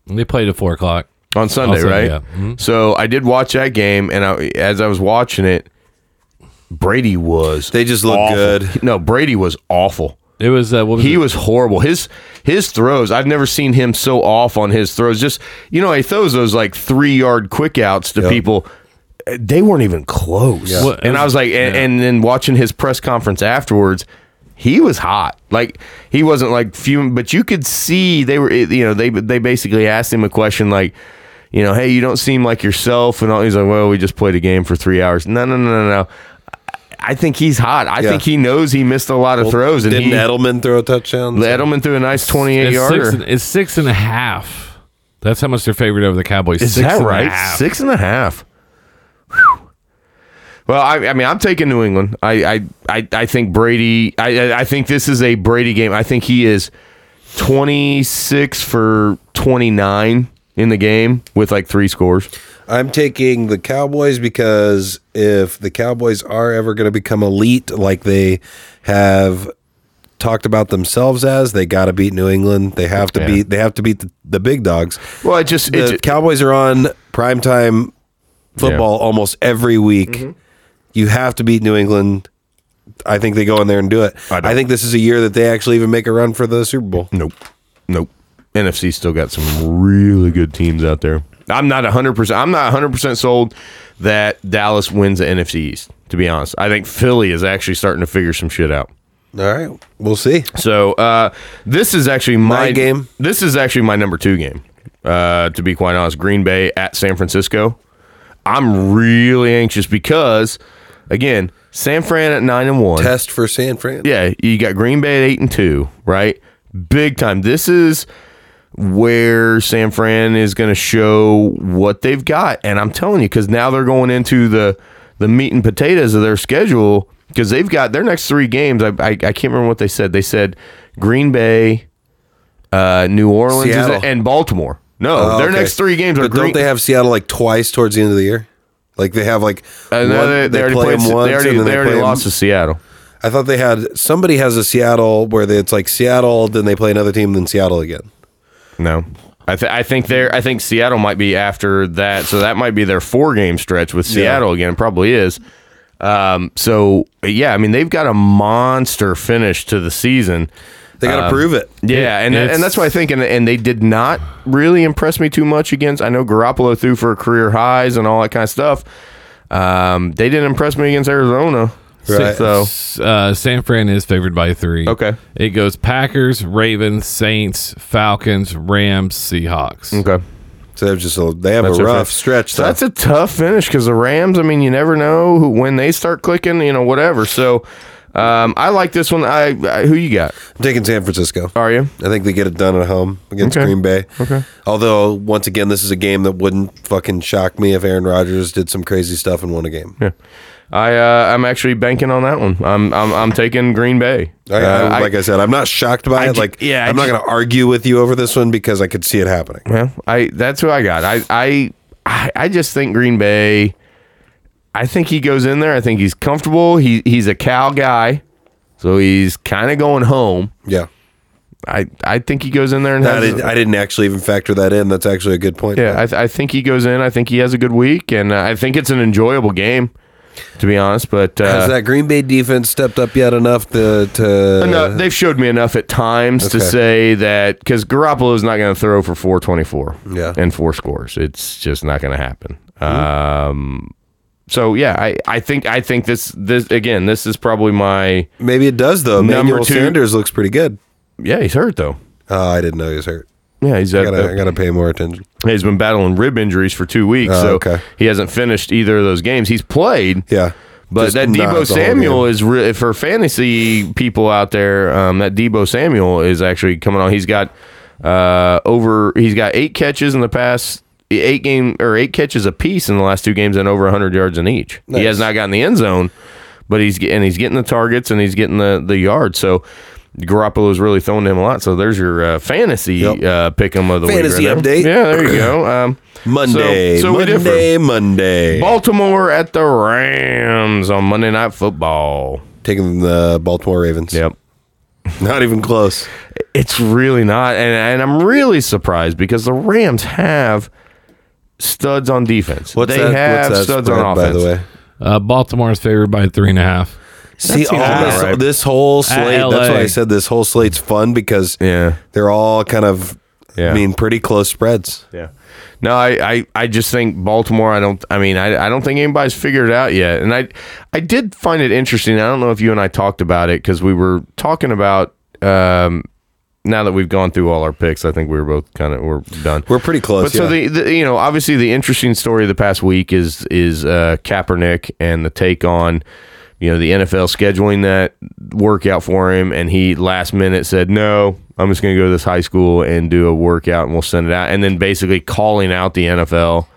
S3: They played at four o'clock.
S2: on Sunday? Mm-hmm.
S3: Sunday,
S2: right.
S3: yeah.
S2: So I did watch that game, and I, as I was watching it, Brady was
S1: They just look
S2: awful.
S1: good.
S2: No, Brady was awful.
S3: It was uh, what was
S2: He
S3: it?
S2: was horrible. His his throws, I've never seen him so off on his throws. Just you know, he throws those like three yard quick outs to people. Eh, They weren't even close.
S3: Well,
S2: And I was like, and, and then watching his press conference afterwards, he was hot. Like he wasn't like fuming, but you could see they were. eh, You know, they they basically asked him a question like, you know, hey, you don't seem like yourself, and all. He's like, well, we just played a game for three hours. No, no, no, no, no. I think he's hot. I
S1: Yeah.
S2: think he knows he missed a lot of throws, and
S1: Didn't
S2: he,
S1: Edelman throw a touchdown?
S2: Edelman threw a nice twenty-eight
S3: It's six, and,
S2: yarder.
S3: it's six and a half. That's how much they're favored over the Cowboys.
S2: Is
S3: Six
S2: that
S3: and a
S2: right?
S3: half.
S2: Six and a half. Whew. Well, I, I mean, I'm taking New England. I, I, I, I think Brady. I, I- I think this is a Brady game. I think he is 26 for 29 in the game with like three scores.
S1: I'm taking the Cowboys because if the Cowboys are ever going to become elite, like they have talked about themselves as, they got to beat New England. They have to
S2: Yeah.
S1: beat. They have to beat the, the big dogs.
S2: Well, it just,
S1: The
S2: it ju-
S1: Cowboys are on primetime football almost every week.
S2: Mm-hmm.
S1: You have to beat New England. I think they go in there and do it.
S2: I
S1: I,
S2: don't.
S1: think this is a year that they actually even make a run for the Super Bowl.
S2: Nope. Nope. NFC still got some really good teams out there. I'm not 100%. I'm not 100% sold that Dallas wins the NFC East, to be honest. I think Philly is actually starting to figure some shit out.
S1: All right, we'll see.
S2: So, uh, this is actually my
S1: Night game?
S2: This is actually my number 2 game. Uh, to be quite honest, Green Bay at San Francisco. I'm really anxious because again, San Fran at 9 and 1.
S1: Test for San Fran.
S2: Yeah, you got Green Bay at eight and two, right? Big time. This is where San Fran is going to show what they've got, and I'm telling you, because now they're going into the the meat and potatoes of their schedule because they've got their next three games. I, I I can't remember what they said. They said Green Bay, uh, New Orleans, is
S1: Seattle.
S2: and Baltimore. No,
S1: Oh,
S2: their
S1: okay.
S2: next three games are
S1: But
S2: Green.
S1: don't they have Seattle like twice towards the end of the year? Like they have like
S2: Uh, no,
S1: one-
S2: they, they already played.
S1: 'em
S2: They
S1: once
S2: already,
S1: and then
S2: they already
S1: play 'em-
S2: lost to Seattle.
S1: I thought they had somebody has a Seattle where they, it's like Seattle, then they play another team, then Seattle again.
S2: No. I, th- I think they're I think Seattle might be after that, so that might be their four game stretch with Seattle again. It probably is. Um, so yeah, I mean they've got a monster finish to the season. Um,
S1: They got to prove it.
S2: Yeah, and
S3: It's-
S2: and that's what I think. And, and they did not really impress me too much against. I know Garoppolo threw for career highs and all that kind of stuff. Um, they didn't impress me against Arizona.
S1: Right.
S2: So
S3: Uh, San Fran is favored by three.
S2: Okay.
S3: It goes Packers, Ravens, Saints, Falcons, Rams, Seahawks.
S2: okay.
S1: So they have just a, they have
S2: That's
S1: a
S2: a
S1: rough
S2: fair-
S1: stretch.
S2: So
S1: though.
S2: that's a tough finish because the Rams. I mean, you never know who, when they start clicking. You know, whatever. So, um, I like this one. I, I who you got?
S1: I'm taking San Francisco.
S2: Are you?
S1: I think they get it done at home against
S2: Okay.
S1: Green Bay. Okay. Although once again, this is a game that wouldn't fucking shock me if Aaron Rodgers did some crazy stuff and won a game.
S2: Yeah. I uh, I'm actually banking on that one. I'm I'm, I'm taking Green Bay.
S1: Oh, I,
S2: Uh,
S1: I, like I, said, I'm not shocked by it.
S2: ju-
S1: Like,
S2: yeah, I
S1: I'm not
S2: ju-
S1: going to argue with you over this one because I could see it happening.
S2: Well, I that's who I got. I I I I just think Green Bay. I think he goes in there. I think he's comfortable. He he's a Cal guy, so he's kind of going home.
S1: Yeah.
S2: I I think he goes in there and
S1: That
S2: has
S1: is, I didn't actually even factor that in. That's actually a good point. Uh,
S2: Yeah, I, th- I think he goes in. I think he has a good week, and uh, I think it's an enjoyable game, to be honest. But uh,
S1: Has that Green Bay defense stepped up yet enough to? to
S2: no, they've showed me enough at times to
S1: uh, Okay.
S2: say that because Garoppolo is not going to throw for four twenty four,
S1: Yeah.
S2: and four scores. It's just not going to happen.
S1: Mm-hmm.
S2: Um, so yeah, I, I think I think this this again. This is probably my
S1: maybe it does though.
S2: Number
S1: Manuel
S2: two-
S1: Sanders looks pretty good.
S2: yeah. He's hurt though.
S1: Oh, I didn't know he was hurt.
S2: Yeah, he's
S1: I
S2: at,
S1: gotta, I gotta pay more attention.
S2: he's been battling rib injuries for two weeks,
S1: Oh,
S2: so
S1: okay.
S2: he hasn't finished either of those games. He's played,
S1: Yeah,
S2: But
S1: Just
S2: that
S1: not the whole
S2: Debo
S1: game.
S2: Samuel is re- for fantasy people out there. Um, that Debo Samuel is actually coming on. He's got uh, over. He's got eight catches in the past eight game or eight catches apiece in the last two games and over 100 yards in each. He has not gotten the end zone, but he's get- and he's getting the targets and he's getting the the yards. So. Garoppolo is really throwing to him a lot, so there's your uh, fantasy
S1: Yep.
S2: uh, pick 'em of the
S1: Fantasy
S2: week. right there.
S1: update.
S2: yeah, there you go. Um,
S1: Monday,
S2: so, so we differ.
S1: Monday, Monday.
S2: Baltimore at the Rams on Monday Night Football.
S1: Taking the Baltimore Ravens.
S2: Yep.
S1: not even close.
S2: It's really not. And, and I'm really surprised because the Rams have studs on defense.
S1: What's
S2: they
S1: that-
S2: have
S1: what's that
S2: studs
S1: spread,
S2: on
S1: By
S2: offense.
S1: the way,
S3: Uh, Baltimore is favored by three and a half.
S1: see
S2: seems
S1: all
S2: about
S1: this,
S2: right.
S1: this whole slate. That's
S3: LA.
S1: why I said this whole slate's fun because
S2: Yeah.
S1: they're all kind of
S2: Yeah.
S1: I mean, pretty close spreads.
S2: Yeah. No, I, I, I just think Baltimore, I don't I mean, I, I don't think anybody's figured it out yet. And I I did find it interesting. I don't know if you and I talked about it because we were talking about um now that we've gone through all our picks, I think we were both kind of we're done.
S1: We're pretty close.
S2: But so the, the you know obviously the interesting story of the past week is is uh, Kaepernick and the take on you know the NFL scheduling that workout for him, and he last minute said no. I'm just going to go to this high school and do a workout, and we'll send it out. And then basically calling out the NFL.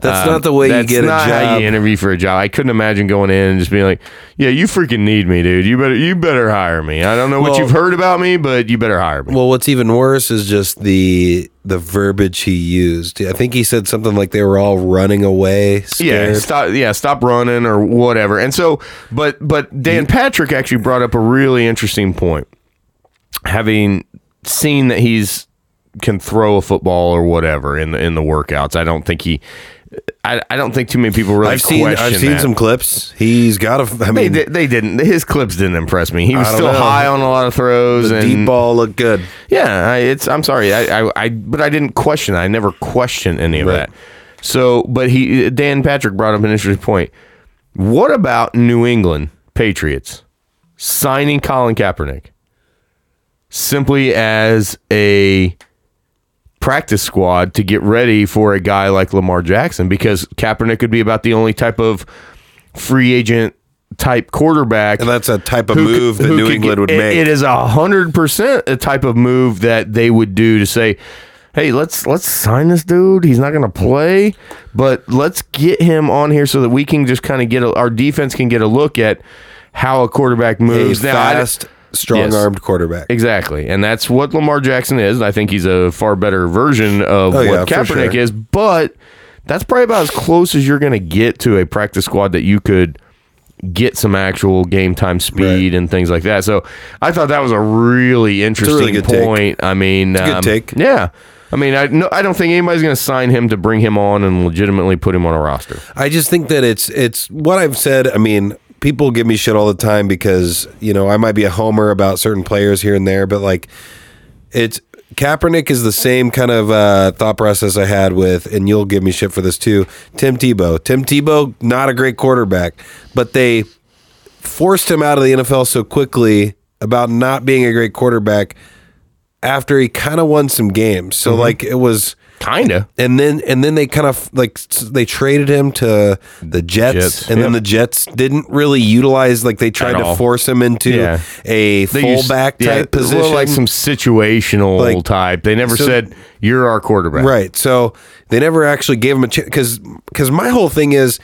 S1: that's
S2: Um,
S1: not the way you
S2: that's
S1: get a
S2: not How
S1: job.
S2: you interview for a job. I couldn't imagine going in and just being like, "Yeah, you freaking need me, dude. You better, you better hire me. I don't know what
S1: Well-
S2: you've heard about me, but you better hire me."
S1: Well, what's even worse is just the the verbiage he used. I think he said something like they were all running away.
S2: Yeah,
S1: Scared.
S2: stop. Yeah, stop running or whatever. And so, but but Dan Patrick actually brought up a really interesting point, having seen that he's can throw a football or whatever in the in the workouts. I don't think he. I, I don't think too many people really.
S1: I've seen I've
S2: question
S1: seen
S2: that.
S1: some clips. He's got a. I
S2: They,
S1: mean,
S2: di- they didn't. His clips didn't impress me. He was
S1: I don't
S2: still
S1: know.
S2: high on a lot of throws
S1: the
S2: and
S1: deep ball looked good.
S2: yeah, I, it's. I'm sorry. I, I, I. But I didn't question. it. I never questioned any of
S1: Right.
S2: that. So, but he, Dan Patrick brought up an interesting point. What about New England Patriots signing Colin Kaepernick simply as a practice squad to get ready for a guy like Lamar Jackson? Because Kaepernick could be about the only type of free agent type quarterback
S1: And that's a type of
S2: who c-
S1: move that
S2: who
S1: New
S2: could
S1: England
S2: get-
S1: would
S2: it-
S1: make.
S2: It is a hundred percent a type of move that they would do to say, "Hey, let's let's sign this dude. He's not going to play, but let's get him on here so that we can just kind of get a, our defense can get a look at how a quarterback
S1: a
S2: moves." Now, I-
S1: fast, strong-armed quarterback.
S2: Exactly, and that's what Lamar Jackson is. I think he's a far better version of
S1: Oh,
S2: what
S1: yeah, for
S2: Kaepernick
S1: sure.
S2: is, but that's probably about as close as you're going to get to a practice squad that you could get some actual game time speed and things like that. So I thought that was a really interesting
S1: good take.
S2: point. I mean,
S1: a good
S2: um,
S1: take.
S2: Yeah, I mean, I no, I don't think anybody's going to sign him to bring him on and legitimately put him on a roster.
S1: I just think that it's it's what I've said. I mean, people give me shit all the time because you know I might be a homer about certain players here and there, but like it's Kaepernick is the same kind of uh, thought process I had with, and you'll give me shit for this too. Tim Tebow. Tim Tebow, not a great quarterback, but they forced him out of the NFL so quickly about not being a great quarterback after he kind of won some games. So like it was
S2: Kinda.
S1: and then and then they kind of like s- they traded him to the Jets,
S2: Jets.
S1: and then
S2: Yeah.
S1: the Jets didn't really utilize like they tried
S2: At
S1: to
S2: all.
S1: force him into
S2: Yeah.
S1: a
S2: used-
S1: fullback
S2: yeah,
S1: type
S2: it was a
S1: position,
S2: little like some situational
S1: Like-
S2: type. They never
S1: So-
S2: said you're our quarterback.
S1: right? So they never actually gave him a chance because because my whole thing is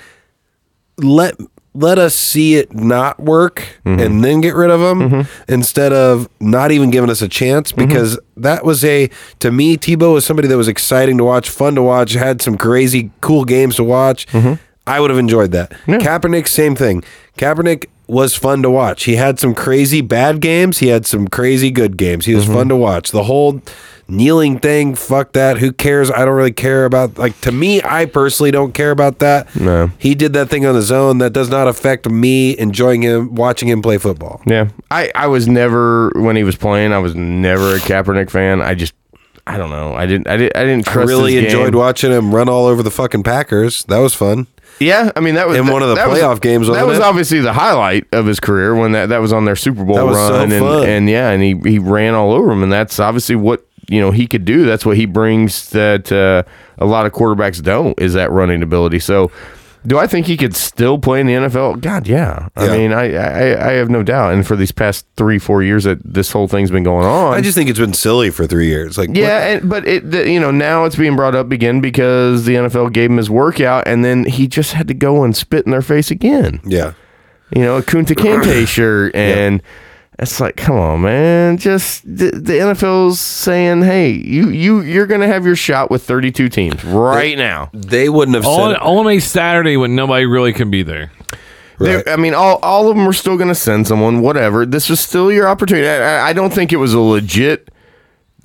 S1: let let us see it not work and then get rid of him instead of not even giving us a chance because that was a to me Tebow was somebody that was exciting to watch, fun to watch, had some crazy cool games to watch. I would have enjoyed that. Kaepernick, same thing. Kaepernick was fun to watch. He had some crazy bad games. He had some crazy good games. He was fun to watch. The whole kneeling thing, fuck that. Who cares? I don't really care about like to me, I personally don't care about that.
S2: No.
S1: He did that thing on his own. That does not affect me enjoying him, watching him play football.
S2: Yeah, I, I was never when he was playing. I was never a Kaepernick fan. I just I don't know. I didn't I didn't I didn't
S1: I
S2: trust.
S1: really
S2: his
S1: enjoyed
S2: game.
S1: watching him run all over the fucking Packers. That was fun.
S2: Yeah, I mean that was
S1: In
S2: that-
S1: one of the
S2: that was,
S1: playoff games,
S2: That
S1: wasn't
S2: was
S1: it?
S2: obviously the highlight of his career when that, that was on their Super Bowl
S1: That was so
S2: run
S1: fun.
S2: and, and yeah, and he he ran all over him, and that's obviously what you know he could do. That's what he brings that uh, a lot of quarterbacks don't is that running ability. So. Do I think he could still play in the NFL? God, yeah. I
S1: Yeah.
S2: mean, I, I I have no doubt. And for these past three, four years that this whole thing's been going on,
S1: I just think it's been silly for three years. Like, what-
S2: Yeah, and, but it the, you know now it's being brought up again because the NFL gave him his workout, and then he just had to go and spit in their face again.
S1: yeah.
S2: You know, a Kunta Kinte shirt, and it's like, come on, man! Just the, the NFL's saying, hey, you you you're gonna have your shot with 32 teams right now.
S1: They wouldn't
S2: Oh,
S1: have
S3: on,
S1: said.
S3: on a Saturday when nobody really can be there.
S1: Right.
S2: They're- I mean, all, all of them were still going to send someone, whatever. This was still your opportunity. I, I- I don't think it was a legit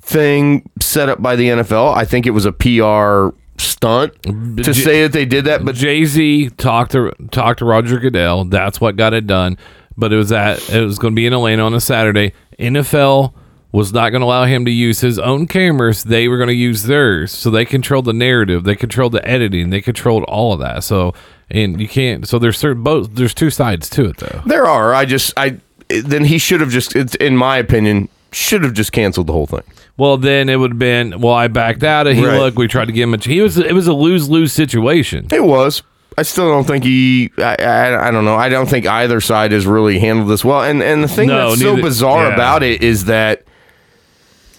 S2: thing set up by the NFL. I think it was a PR stunt to
S3: J-
S2: say that they did that. But
S3: Jay Z talked to talked to Roger Goodell. That's what got it done. But it was at it was going to be in Atlanta on a Saturday. NFL was not going to allow him to use his own cameras. They were going to use theirs. So they controlled the narrative, they controlled the editing, they controlled all of that. So and you can't. So there's certain both. There's two sides to it though.
S2: There are. I just I then he should have just it's, in my opinion should have just canceled the whole thing.
S3: Well, then it would have been. Well, I backed out of. He
S2: Right.
S3: look. We tried to give him a. ch- He was. It was a lose lose situation.
S2: It was. I still don't think he. I, I, I don't know. I don't think either side has really handled this well. And and the thing
S3: No,
S2: that's so
S3: neither-
S2: bizarre
S3: yeah.
S2: about it is that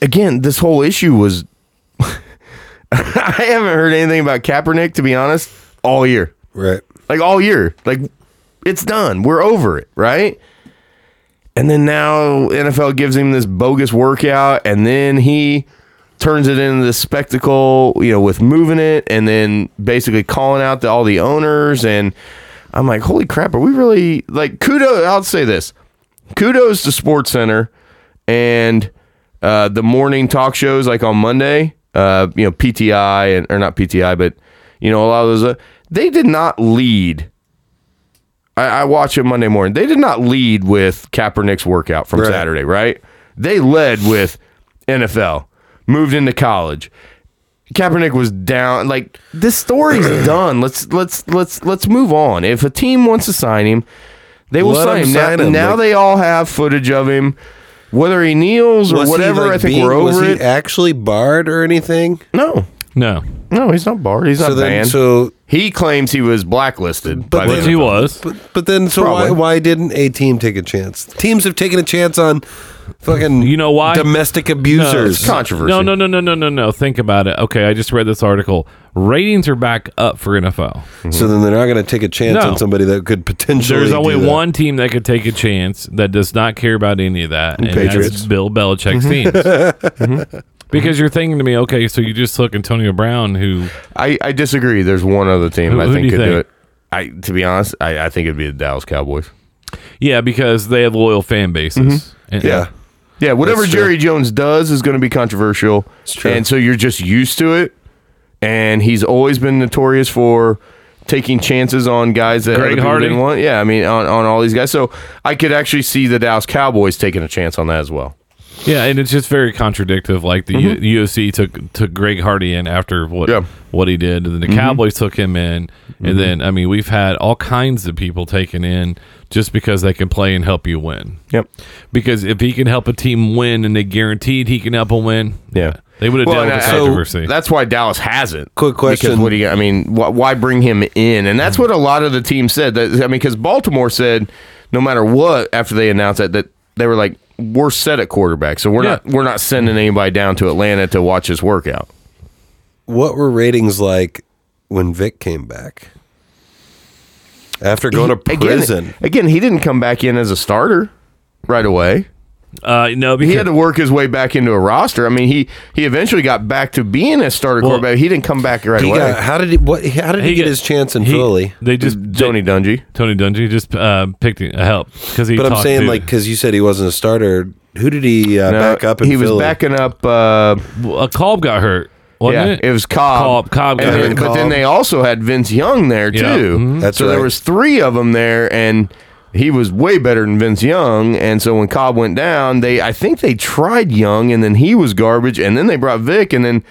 S2: again, this whole issue was. <laughs> I haven't heard anything about Kaepernick to be honest all year.
S1: Right.
S2: like all year. Like it's done. We're over it, right? And then now NFL gives him this bogus workout, and then he turns it into this spectacle, you know, with moving it, and then basically calling out to all the owners. And I'm like, holy crap, are we really like kudos? I'll say this: kudos to Sports Center and uh, the morning talk shows like on Monday, uh, you know, PTI and or not PTI, but you know, a lot of those uh, they did not lead. I, I watch it Monday morning. They did not lead with Kaepernick's workout from
S1: Right.
S2: Saturday, right? They led with NFL, moved into college. Kaepernick was down. Like this
S1: <clears throat>
S2: story's done. Let's let's let's let's move on. If a team wants to sign him, they will
S1: Let
S2: sign
S1: him
S2: him.
S1: sign
S2: now
S1: him.
S2: now
S1: Like-
S2: they all have footage of him, whether he kneels or
S1: Was he,
S2: whatever.
S1: like,
S2: I think
S1: being-
S2: we're
S1: was
S2: over
S1: he
S2: it.
S1: actually barred or anything?
S2: no,
S3: No,
S2: no, he's not barred. He's
S1: So
S2: not
S1: then,
S2: banned.
S1: so
S2: he claims he was blacklisted.
S1: But
S2: by the
S1: then-
S3: he
S2: NFL.
S3: was.
S1: but, but then, so why,
S2: Probably.
S1: why didn't a team take a chance? Teams have taken a chance on fucking
S3: You know why?
S1: domestic abusers.
S2: it's controversy.
S3: No, no, no, no, no, no, no. Think about it. Okay, I just read this article. Ratings are back up for NFL.
S1: So then they're not going to take a chance
S3: No.
S1: on somebody that could potentially.
S3: There's
S1: do
S3: only
S1: that.
S3: one team that could take a chance that does not care about any of that, and
S1: Patriots. Mm-hmm.
S3: that's Bill Belichick's teams.
S1: <laughs>
S3: Because you're thinking to me, okay, so you just took Antonio Brown, who
S2: I, I disagree. There's one other team
S3: Who-
S2: I
S3: who
S2: think
S3: do
S2: could
S3: you
S2: do
S3: think?
S2: it. I to be honest, I, I think it'd be the Dallas Cowboys.
S3: Yeah, because they have loyal fan bases. And-
S1: Mm-hmm. Yeah.
S2: Yeah, whatever
S1: That's true.
S2: Jerry Jones does is going to be controversial,
S1: true.
S2: and so you're just used to it. And he's always been notorious for taking chances on guys that
S3: Greg
S2: other people
S3: Hardy.
S2: didn't want. Yeah, I mean on, on all these guys. So I could actually see the Dallas Cowboys taking a chance on that as well.
S3: yeah, and it's just very contradictive. Like the U- UFC took took Greg Hardy in after what
S2: Mm-hmm. Yeah. Mm-hmm.
S3: what he did, and then the Cowboys took him in, and then I mean we've had all kinds of people taken in just because they can play and help you win.
S2: Yep.
S3: Because if he can help a team win, and they guaranteed he can help them win,
S2: Yeah.
S3: they would have
S2: Well,
S3: dealt
S2: and
S3: with the
S2: I- so
S3: controversy.
S2: that's why Dallas hasn't.
S1: Quick
S2: Because
S1: question.
S2: what do you? I mean, why, why bring him in? And
S3: Hmm.
S2: that's what a lot of the team said. That, I mean, because Baltimore said, no matter what, after they announced that, that they were like, we're set at quarterback, so we're
S3: Yeah.
S2: not we're not sending anybody down to Atlanta to watch his workout.
S1: What were ratings like when Vic came back? After going to
S2: Again-
S1: prison.
S2: Again, he didn't come back in as a starter right away.
S3: uh, no, because
S2: He had to work his way back into a roster. I mean, he he eventually got back to being a starter
S3: Well,
S2: quarterback. He didn't come back right
S1: he
S2: away.
S1: got, how did he? What? How did he, get
S3: got-
S1: his chance in
S3: he-
S1: Philly?
S3: They just
S2: Tony Dungy.
S3: Tony Dungy just uh, picked uh, help because he.
S1: But I'm
S3: talked
S1: saying,
S3: to-
S1: like, because you said he wasn't a starter. Who did he uh,
S2: No,
S1: back up in
S2: he
S1: Philly?
S2: was backing up. Uh,
S3: Well, a Cobb got hurt, wasn't
S2: yeah,
S3: it?
S2: it? was Cobb.
S3: Cobb- Cobb
S2: And
S3: got
S2: then-
S1: it.
S2: but then
S1: Cobb.
S2: they also had Vince Young there too.
S3: Yeah. Mhm.
S1: That's
S2: so
S1: right.
S2: there was three of them there, and he was way better than Vince Young. And so when Cobb went down, they I think they tried Young, and then he was garbage, and then they brought Vic, and then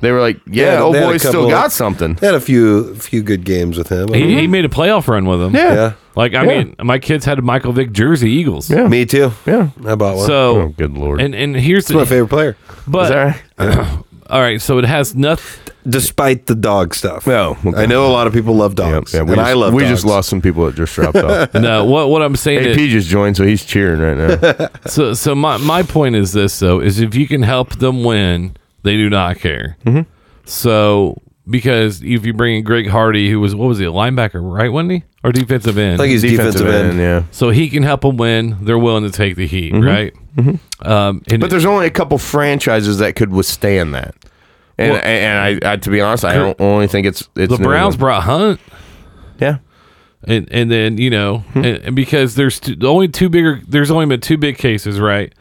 S2: they were like, "Yeah,
S1: Yeah,
S2: old
S1: they had a
S2: boy still
S1: couple-
S2: got something."
S1: They had a few few good games with him.
S3: He, he made a playoff run with him.
S2: <laughs> Mm-hmm. Yeah,
S1: yeah,
S3: Like I
S2: Yeah.
S3: mean, my kids had a Michael Vick jersey, Eagles.
S2: Yeah.
S1: me too.
S2: yeah.
S1: I bought one.
S3: So
S2: Oh, good lord!
S3: and and here's
S1: He's my
S3: the
S1: favorite player,
S3: but
S2: Is that right?
S3: all right. So it has nothing.
S1: despite the dog stuff.
S2: No, Oh, okay.
S1: I know a lot of people love dogs,
S2: Yeah, we
S1: and
S2: just,
S1: I love.
S2: We
S1: dogs.
S2: just lost some people <laughs> that just dropped <laughs> off.
S3: No, what what I'm saying
S2: AP
S3: is
S2: just joined, so he's cheering right <laughs> now.
S3: so so my my point is this though is if you can help them win, they do not care.
S2: Mm-hmm.
S3: So because if you bring in Greg Hardy, who was what was he a linebacker, right? Wasn't he or defensive end?
S1: I think he's defensive, end.
S2: yeah.
S3: so he can help them win. They're willing to take the heat, right? Um, and-
S2: Mm-hmm. But there's only a couple franchises that could withstand that. And
S3: Well-
S2: and I, I to be honest, I don't only think it's it's
S3: the
S2: New
S3: Browns
S2: England.
S3: brought Hunt.
S2: yeah.
S3: and and then you know
S2: Hmm.
S3: and, and because there's two, the only two bigger there's only been two big cases right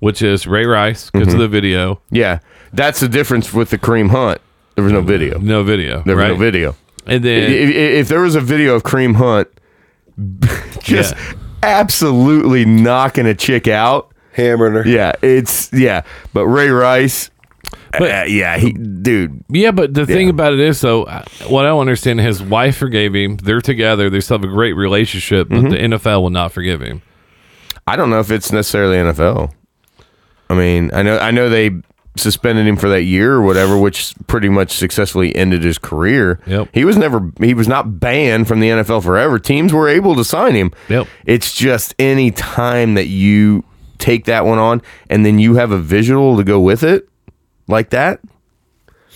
S3: which is ray rice because
S2: Mm-hmm.
S3: of the video
S2: Yeah. That's the difference with the Kareem Hunt. There was no video.
S3: no video
S2: There was
S3: right
S2: no video.
S3: and then
S2: If, if- if there was a video of Kareem Hunt <laughs> just
S3: Yeah.
S2: absolutely knocking a chick out,
S1: hammering her.
S2: Yeah, it's yeah, but Ray Rice,
S3: But-
S2: uh, yeah, he dude,
S3: Yeah, but the thing about it is, though, I- what I don't understand, his wife forgave him. They're together. They still have a great relationship,
S2: Mm-hmm.
S3: but the NFL will not forgive him.
S2: I don't know if it's necessarily NFL. I mean, I know I know they suspended him for that year or whatever, which pretty much successfully ended his career.
S3: Yep.
S2: He was never he was not banned from the NFL forever. Teams were able to sign him.
S3: Yep.
S2: It's just any time that you take that one on and then you have a visual to go with it like that.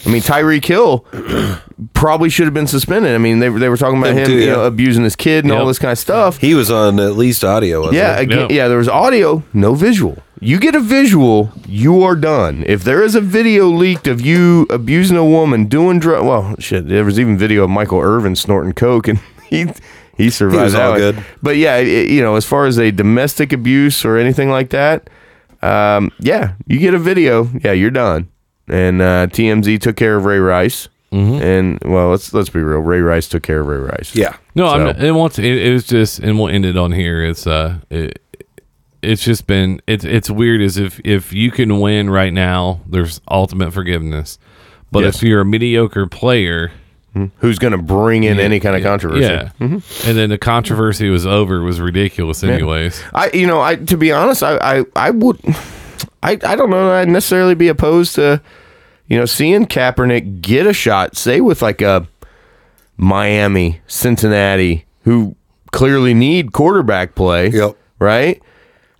S2: I mean, Tyreek Hill <clears throat> probably should have been suspended. I mean, they, they were talking about
S1: Him
S2: him,
S1: too,
S2: you
S1: yeah.
S2: know, abusing his kid and all
S3: Yep.
S2: this kind of stuff.
S1: He was on at least audio. Wasn't
S2: Yeah,
S1: he?
S2: again,
S3: Yeah.
S2: yeah. There was audio, no visual. You get a visual, you are done. If there is a video leaked of you abusing a woman, doing drug, well, shit. There was even video of Michael Irvin snorting coke, and <laughs> he he survived.
S1: He was
S2: that
S1: all
S2: one.
S1: good.
S2: But yeah, it, you know, as far as a domestic abuse or anything like that, um, yeah, you get a video, yeah, you're done. And uh, TMZ took care of Ray Rice, and well, let's let's be real, Ray Rice took care of Ray Rice.
S1: Mm-hmm. Yeah.
S3: No, I'm
S2: So-
S3: not, it wants it, it was just and we'll end it on here. It's uh it, it's just been it's it's weird as if if you can win right now, there's ultimate forgiveness. But
S2: Yes.
S3: if you're a mediocre player,
S2: who's going to bring in any kind of controversy?
S3: yeah,
S2: Mm-hmm.
S3: and then the controversy was over was ridiculous anyways.
S2: I you know I to be honest I I, I would I I don't know that I'd necessarily be opposed to you know seeing Kaepernick get a shot say with like a Miami Cincinnati who clearly need quarterback play
S1: Yep.
S2: right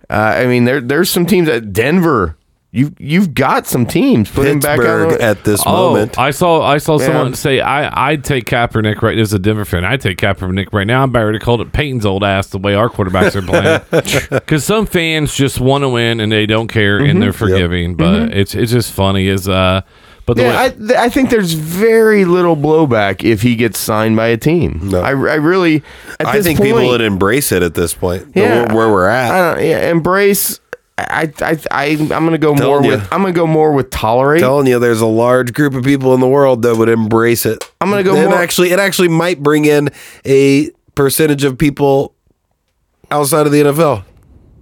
S2: uh, I mean there there's some teams at Denver you you've got some teams put him back out
S1: Pittsburgh
S2: on-
S1: at this
S3: Oh.
S1: moment.
S3: I saw I saw
S2: Yeah.
S3: someone say I I'd take Kaepernick right as a Denver fan. I'd take Kaepernick right now. I'm Barry to call it Peyton's old ass the way our quarterbacks are playing.
S2: <laughs>
S3: Because some fans just want to win and they don't care
S2: Mm-hmm.
S3: and they're forgiving. But it's it's just funny is uh but the
S2: Yeah,
S3: way,
S2: I, th- I think there's very little blowback if he gets signed by a team. I, I really, at
S1: I
S2: this
S1: think
S2: point,
S1: people would embrace it at this point. the-
S2: Yeah.
S1: where we're at.
S2: I don't, yeah, embrace. I I I I'm gonna go more
S1: Telling ya.
S2: with I'm gonna go more with tolerate.
S1: telling you, there's a large group of people in the world that would embrace it.
S2: I'm gonna go
S1: And
S2: more-
S1: actually, it actually might bring in a percentage of people outside of the NFL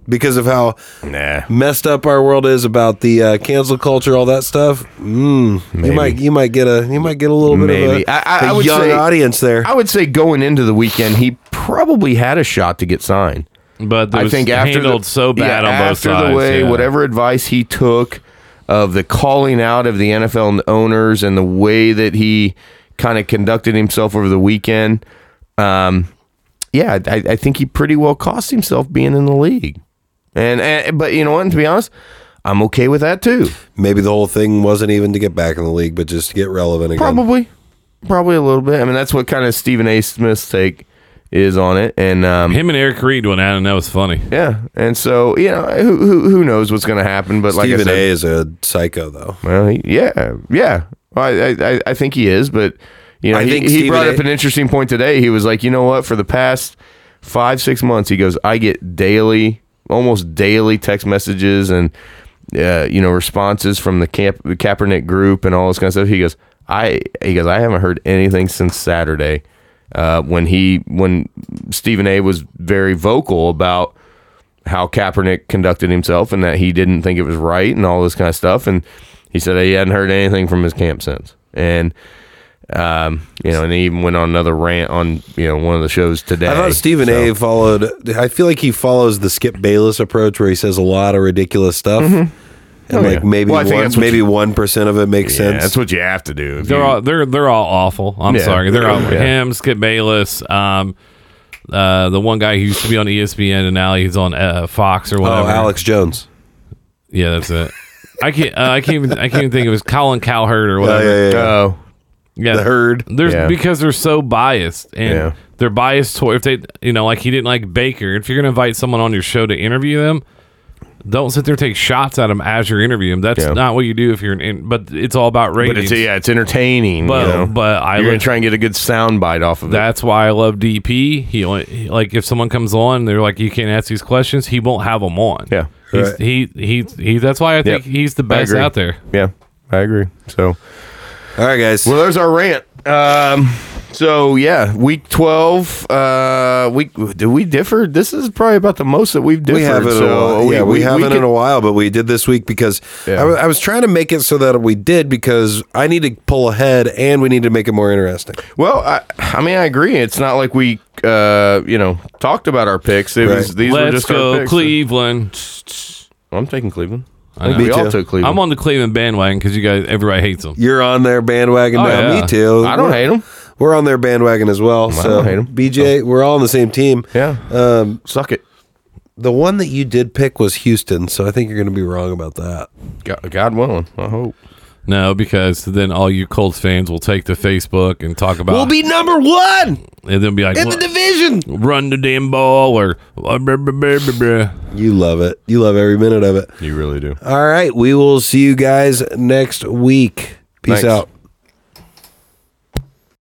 S1: because of how
S2: nah,
S1: messed up our world is about the uh, cancel culture, all that stuff. Mm, you might you might get a you might get a little bit
S2: Maybe.
S1: of a,
S2: I- I-
S1: a
S2: I would
S1: young
S2: say-
S1: audience there.
S2: I would say going into the weekend he probably had a shot to get signed.
S3: but
S2: I think after
S3: handled
S2: the,
S3: so bad
S2: yeah,
S3: on both
S2: after
S3: sides.
S2: the way
S3: yeah.
S2: whatever advice he took of the calling out of the NFL and the owners and the way that he kind of conducted himself over the weekend. Um, yeah, I, I think he pretty well cost himself being in the league. And, and but you know what? To be honest, I'm okay with that too.
S1: Maybe the whole thing wasn't even to get back in the league, but just to get relevant again.
S2: Probably, probably a little bit. I mean, that's what kind of Stephen A. Smith's take is on it. And um,
S3: him and Eric Reed went out and that was funny.
S2: yeah, and so you know, who who, who knows what's going to happen? But like I
S1: Stephen
S2: said,
S1: A. is a psycho, though.
S2: Well, he, yeah, yeah. Well, I, I- I, I think he is, but you know,
S1: I
S2: he,
S1: think
S2: he
S1: Stephen
S2: brought
S1: A-
S2: up an interesting point today. He was like, you know what? For the past five, six months, he goes, I get daily, almost daily text messages and uh, you know responses from the camp, the Kaepernick group, and all this kind of stuff. He goes, I, he goes, I haven't heard anything since Saturday uh, when he when Stephen A. was very vocal about how Kaepernick conducted himself and that he didn't think it was right and all this kind of stuff. And he said he hadn't heard anything from his camp since. And um, you know, and he even went on another rant on you know one of the shows today.
S1: I thought Stephen A. followed. I feel like he follows the Skip Bayless approach, where he says a lot of ridiculous stuff, and
S2: Oh,
S1: like
S2: yeah.
S1: maybe
S2: Well, I think
S1: one,
S2: that's what
S1: maybe one percent of it makes
S2: Yeah,
S1: sense.
S2: that's what you have to do. if
S3: They're
S2: you-
S3: all they're they're all awful. I'm
S2: Mm. Yeah.
S3: sorry. They're all
S2: Yeah.
S3: him, Skip Bayless, um, uh, the one guy who used to be on E ESPN and now he's on uh, Fox or whatever.
S1: oh, Alex Jones.
S3: Yeah, that's it. I can't. Uh, I can't. Even, I can't even think. It was Colin Cowherd or
S1: Yeah,
S3: whatever.
S1: yeah, yeah.
S2: Oh,
S3: yeah,
S1: the herd.
S3: There's
S2: Yeah.
S3: because they're so biased and
S2: Yeah.
S3: they're biased toward if they you know like he didn't like Baker. If you're gonna invite someone on your show to interview them, don't sit there and take shots at them as you're interviewing them. That's
S2: Yeah.
S3: not what you do if you're an. In, but it's all about
S2: but
S3: ratings.
S2: it's yeah, it's entertaining.
S3: but,
S2: you know?
S3: but I
S2: you're gonna
S3: look-
S2: try and get a good sound bite off of
S3: That's why I love DP. He only- he- like if someone comes on, they're like, you can't ask these questions. He won't have them on.
S2: Yeah.
S3: he's,
S1: Right.
S3: he, he he That's why I think
S2: Yep.
S3: he's the
S2: I
S3: best
S2: agree.
S3: out there.
S2: it. Yeah, I agree. So
S1: All right, guys.
S2: well, there's our rant. Um, So yeah, week twelve. Uh, we do we differ? This is probably about the most that we've differed.
S1: We haven't, in, a
S2: so uh,
S1: while. yeah, we, haven't
S2: could-
S1: in a while, but we did this week because I
S2: Yeah.
S1: wa- I was trying to make it so that we did because I need to pull ahead and we need to make it more interesting.
S2: Well, I, I mean, I agree. It's not like we, uh, you know, talked about our picks. It was
S1: Right.
S2: these were
S3: Let's
S2: just
S3: go
S2: our picks.
S3: Cleveland.
S2: I'm taking Cleveland.
S3: I know.
S2: we
S1: Me too.
S2: all took Cleveland.
S3: I'm on the Cleveland bandwagon because you guys, everybody hates them.
S1: You're on their bandwagon
S3: Oh,
S1: now.
S3: yeah.
S1: Me too.
S2: I don't
S1: We're-
S2: hate them.
S1: We're on their bandwagon as well. so
S2: don't hate 'em. Oh.
S1: BJ, we're all on the same team.
S2: Yeah,
S1: Um,
S2: suck it.
S1: the one that you did pick was Houston, so I think you're going to be wrong about that.
S2: God, God willing, I hope.
S3: No, because then all you Colts fans will take to Facebook and talk about
S1: We'll be number one
S3: and then be like,
S1: in the
S3: "Run-
S1: division.
S3: run the damn ball or blah, blah, blah, blah, blah, blah.
S1: You love it. You love every minute of it.
S2: You really do.
S1: All right. We will see you guys next week. Peace
S2: Thanks.
S1: out.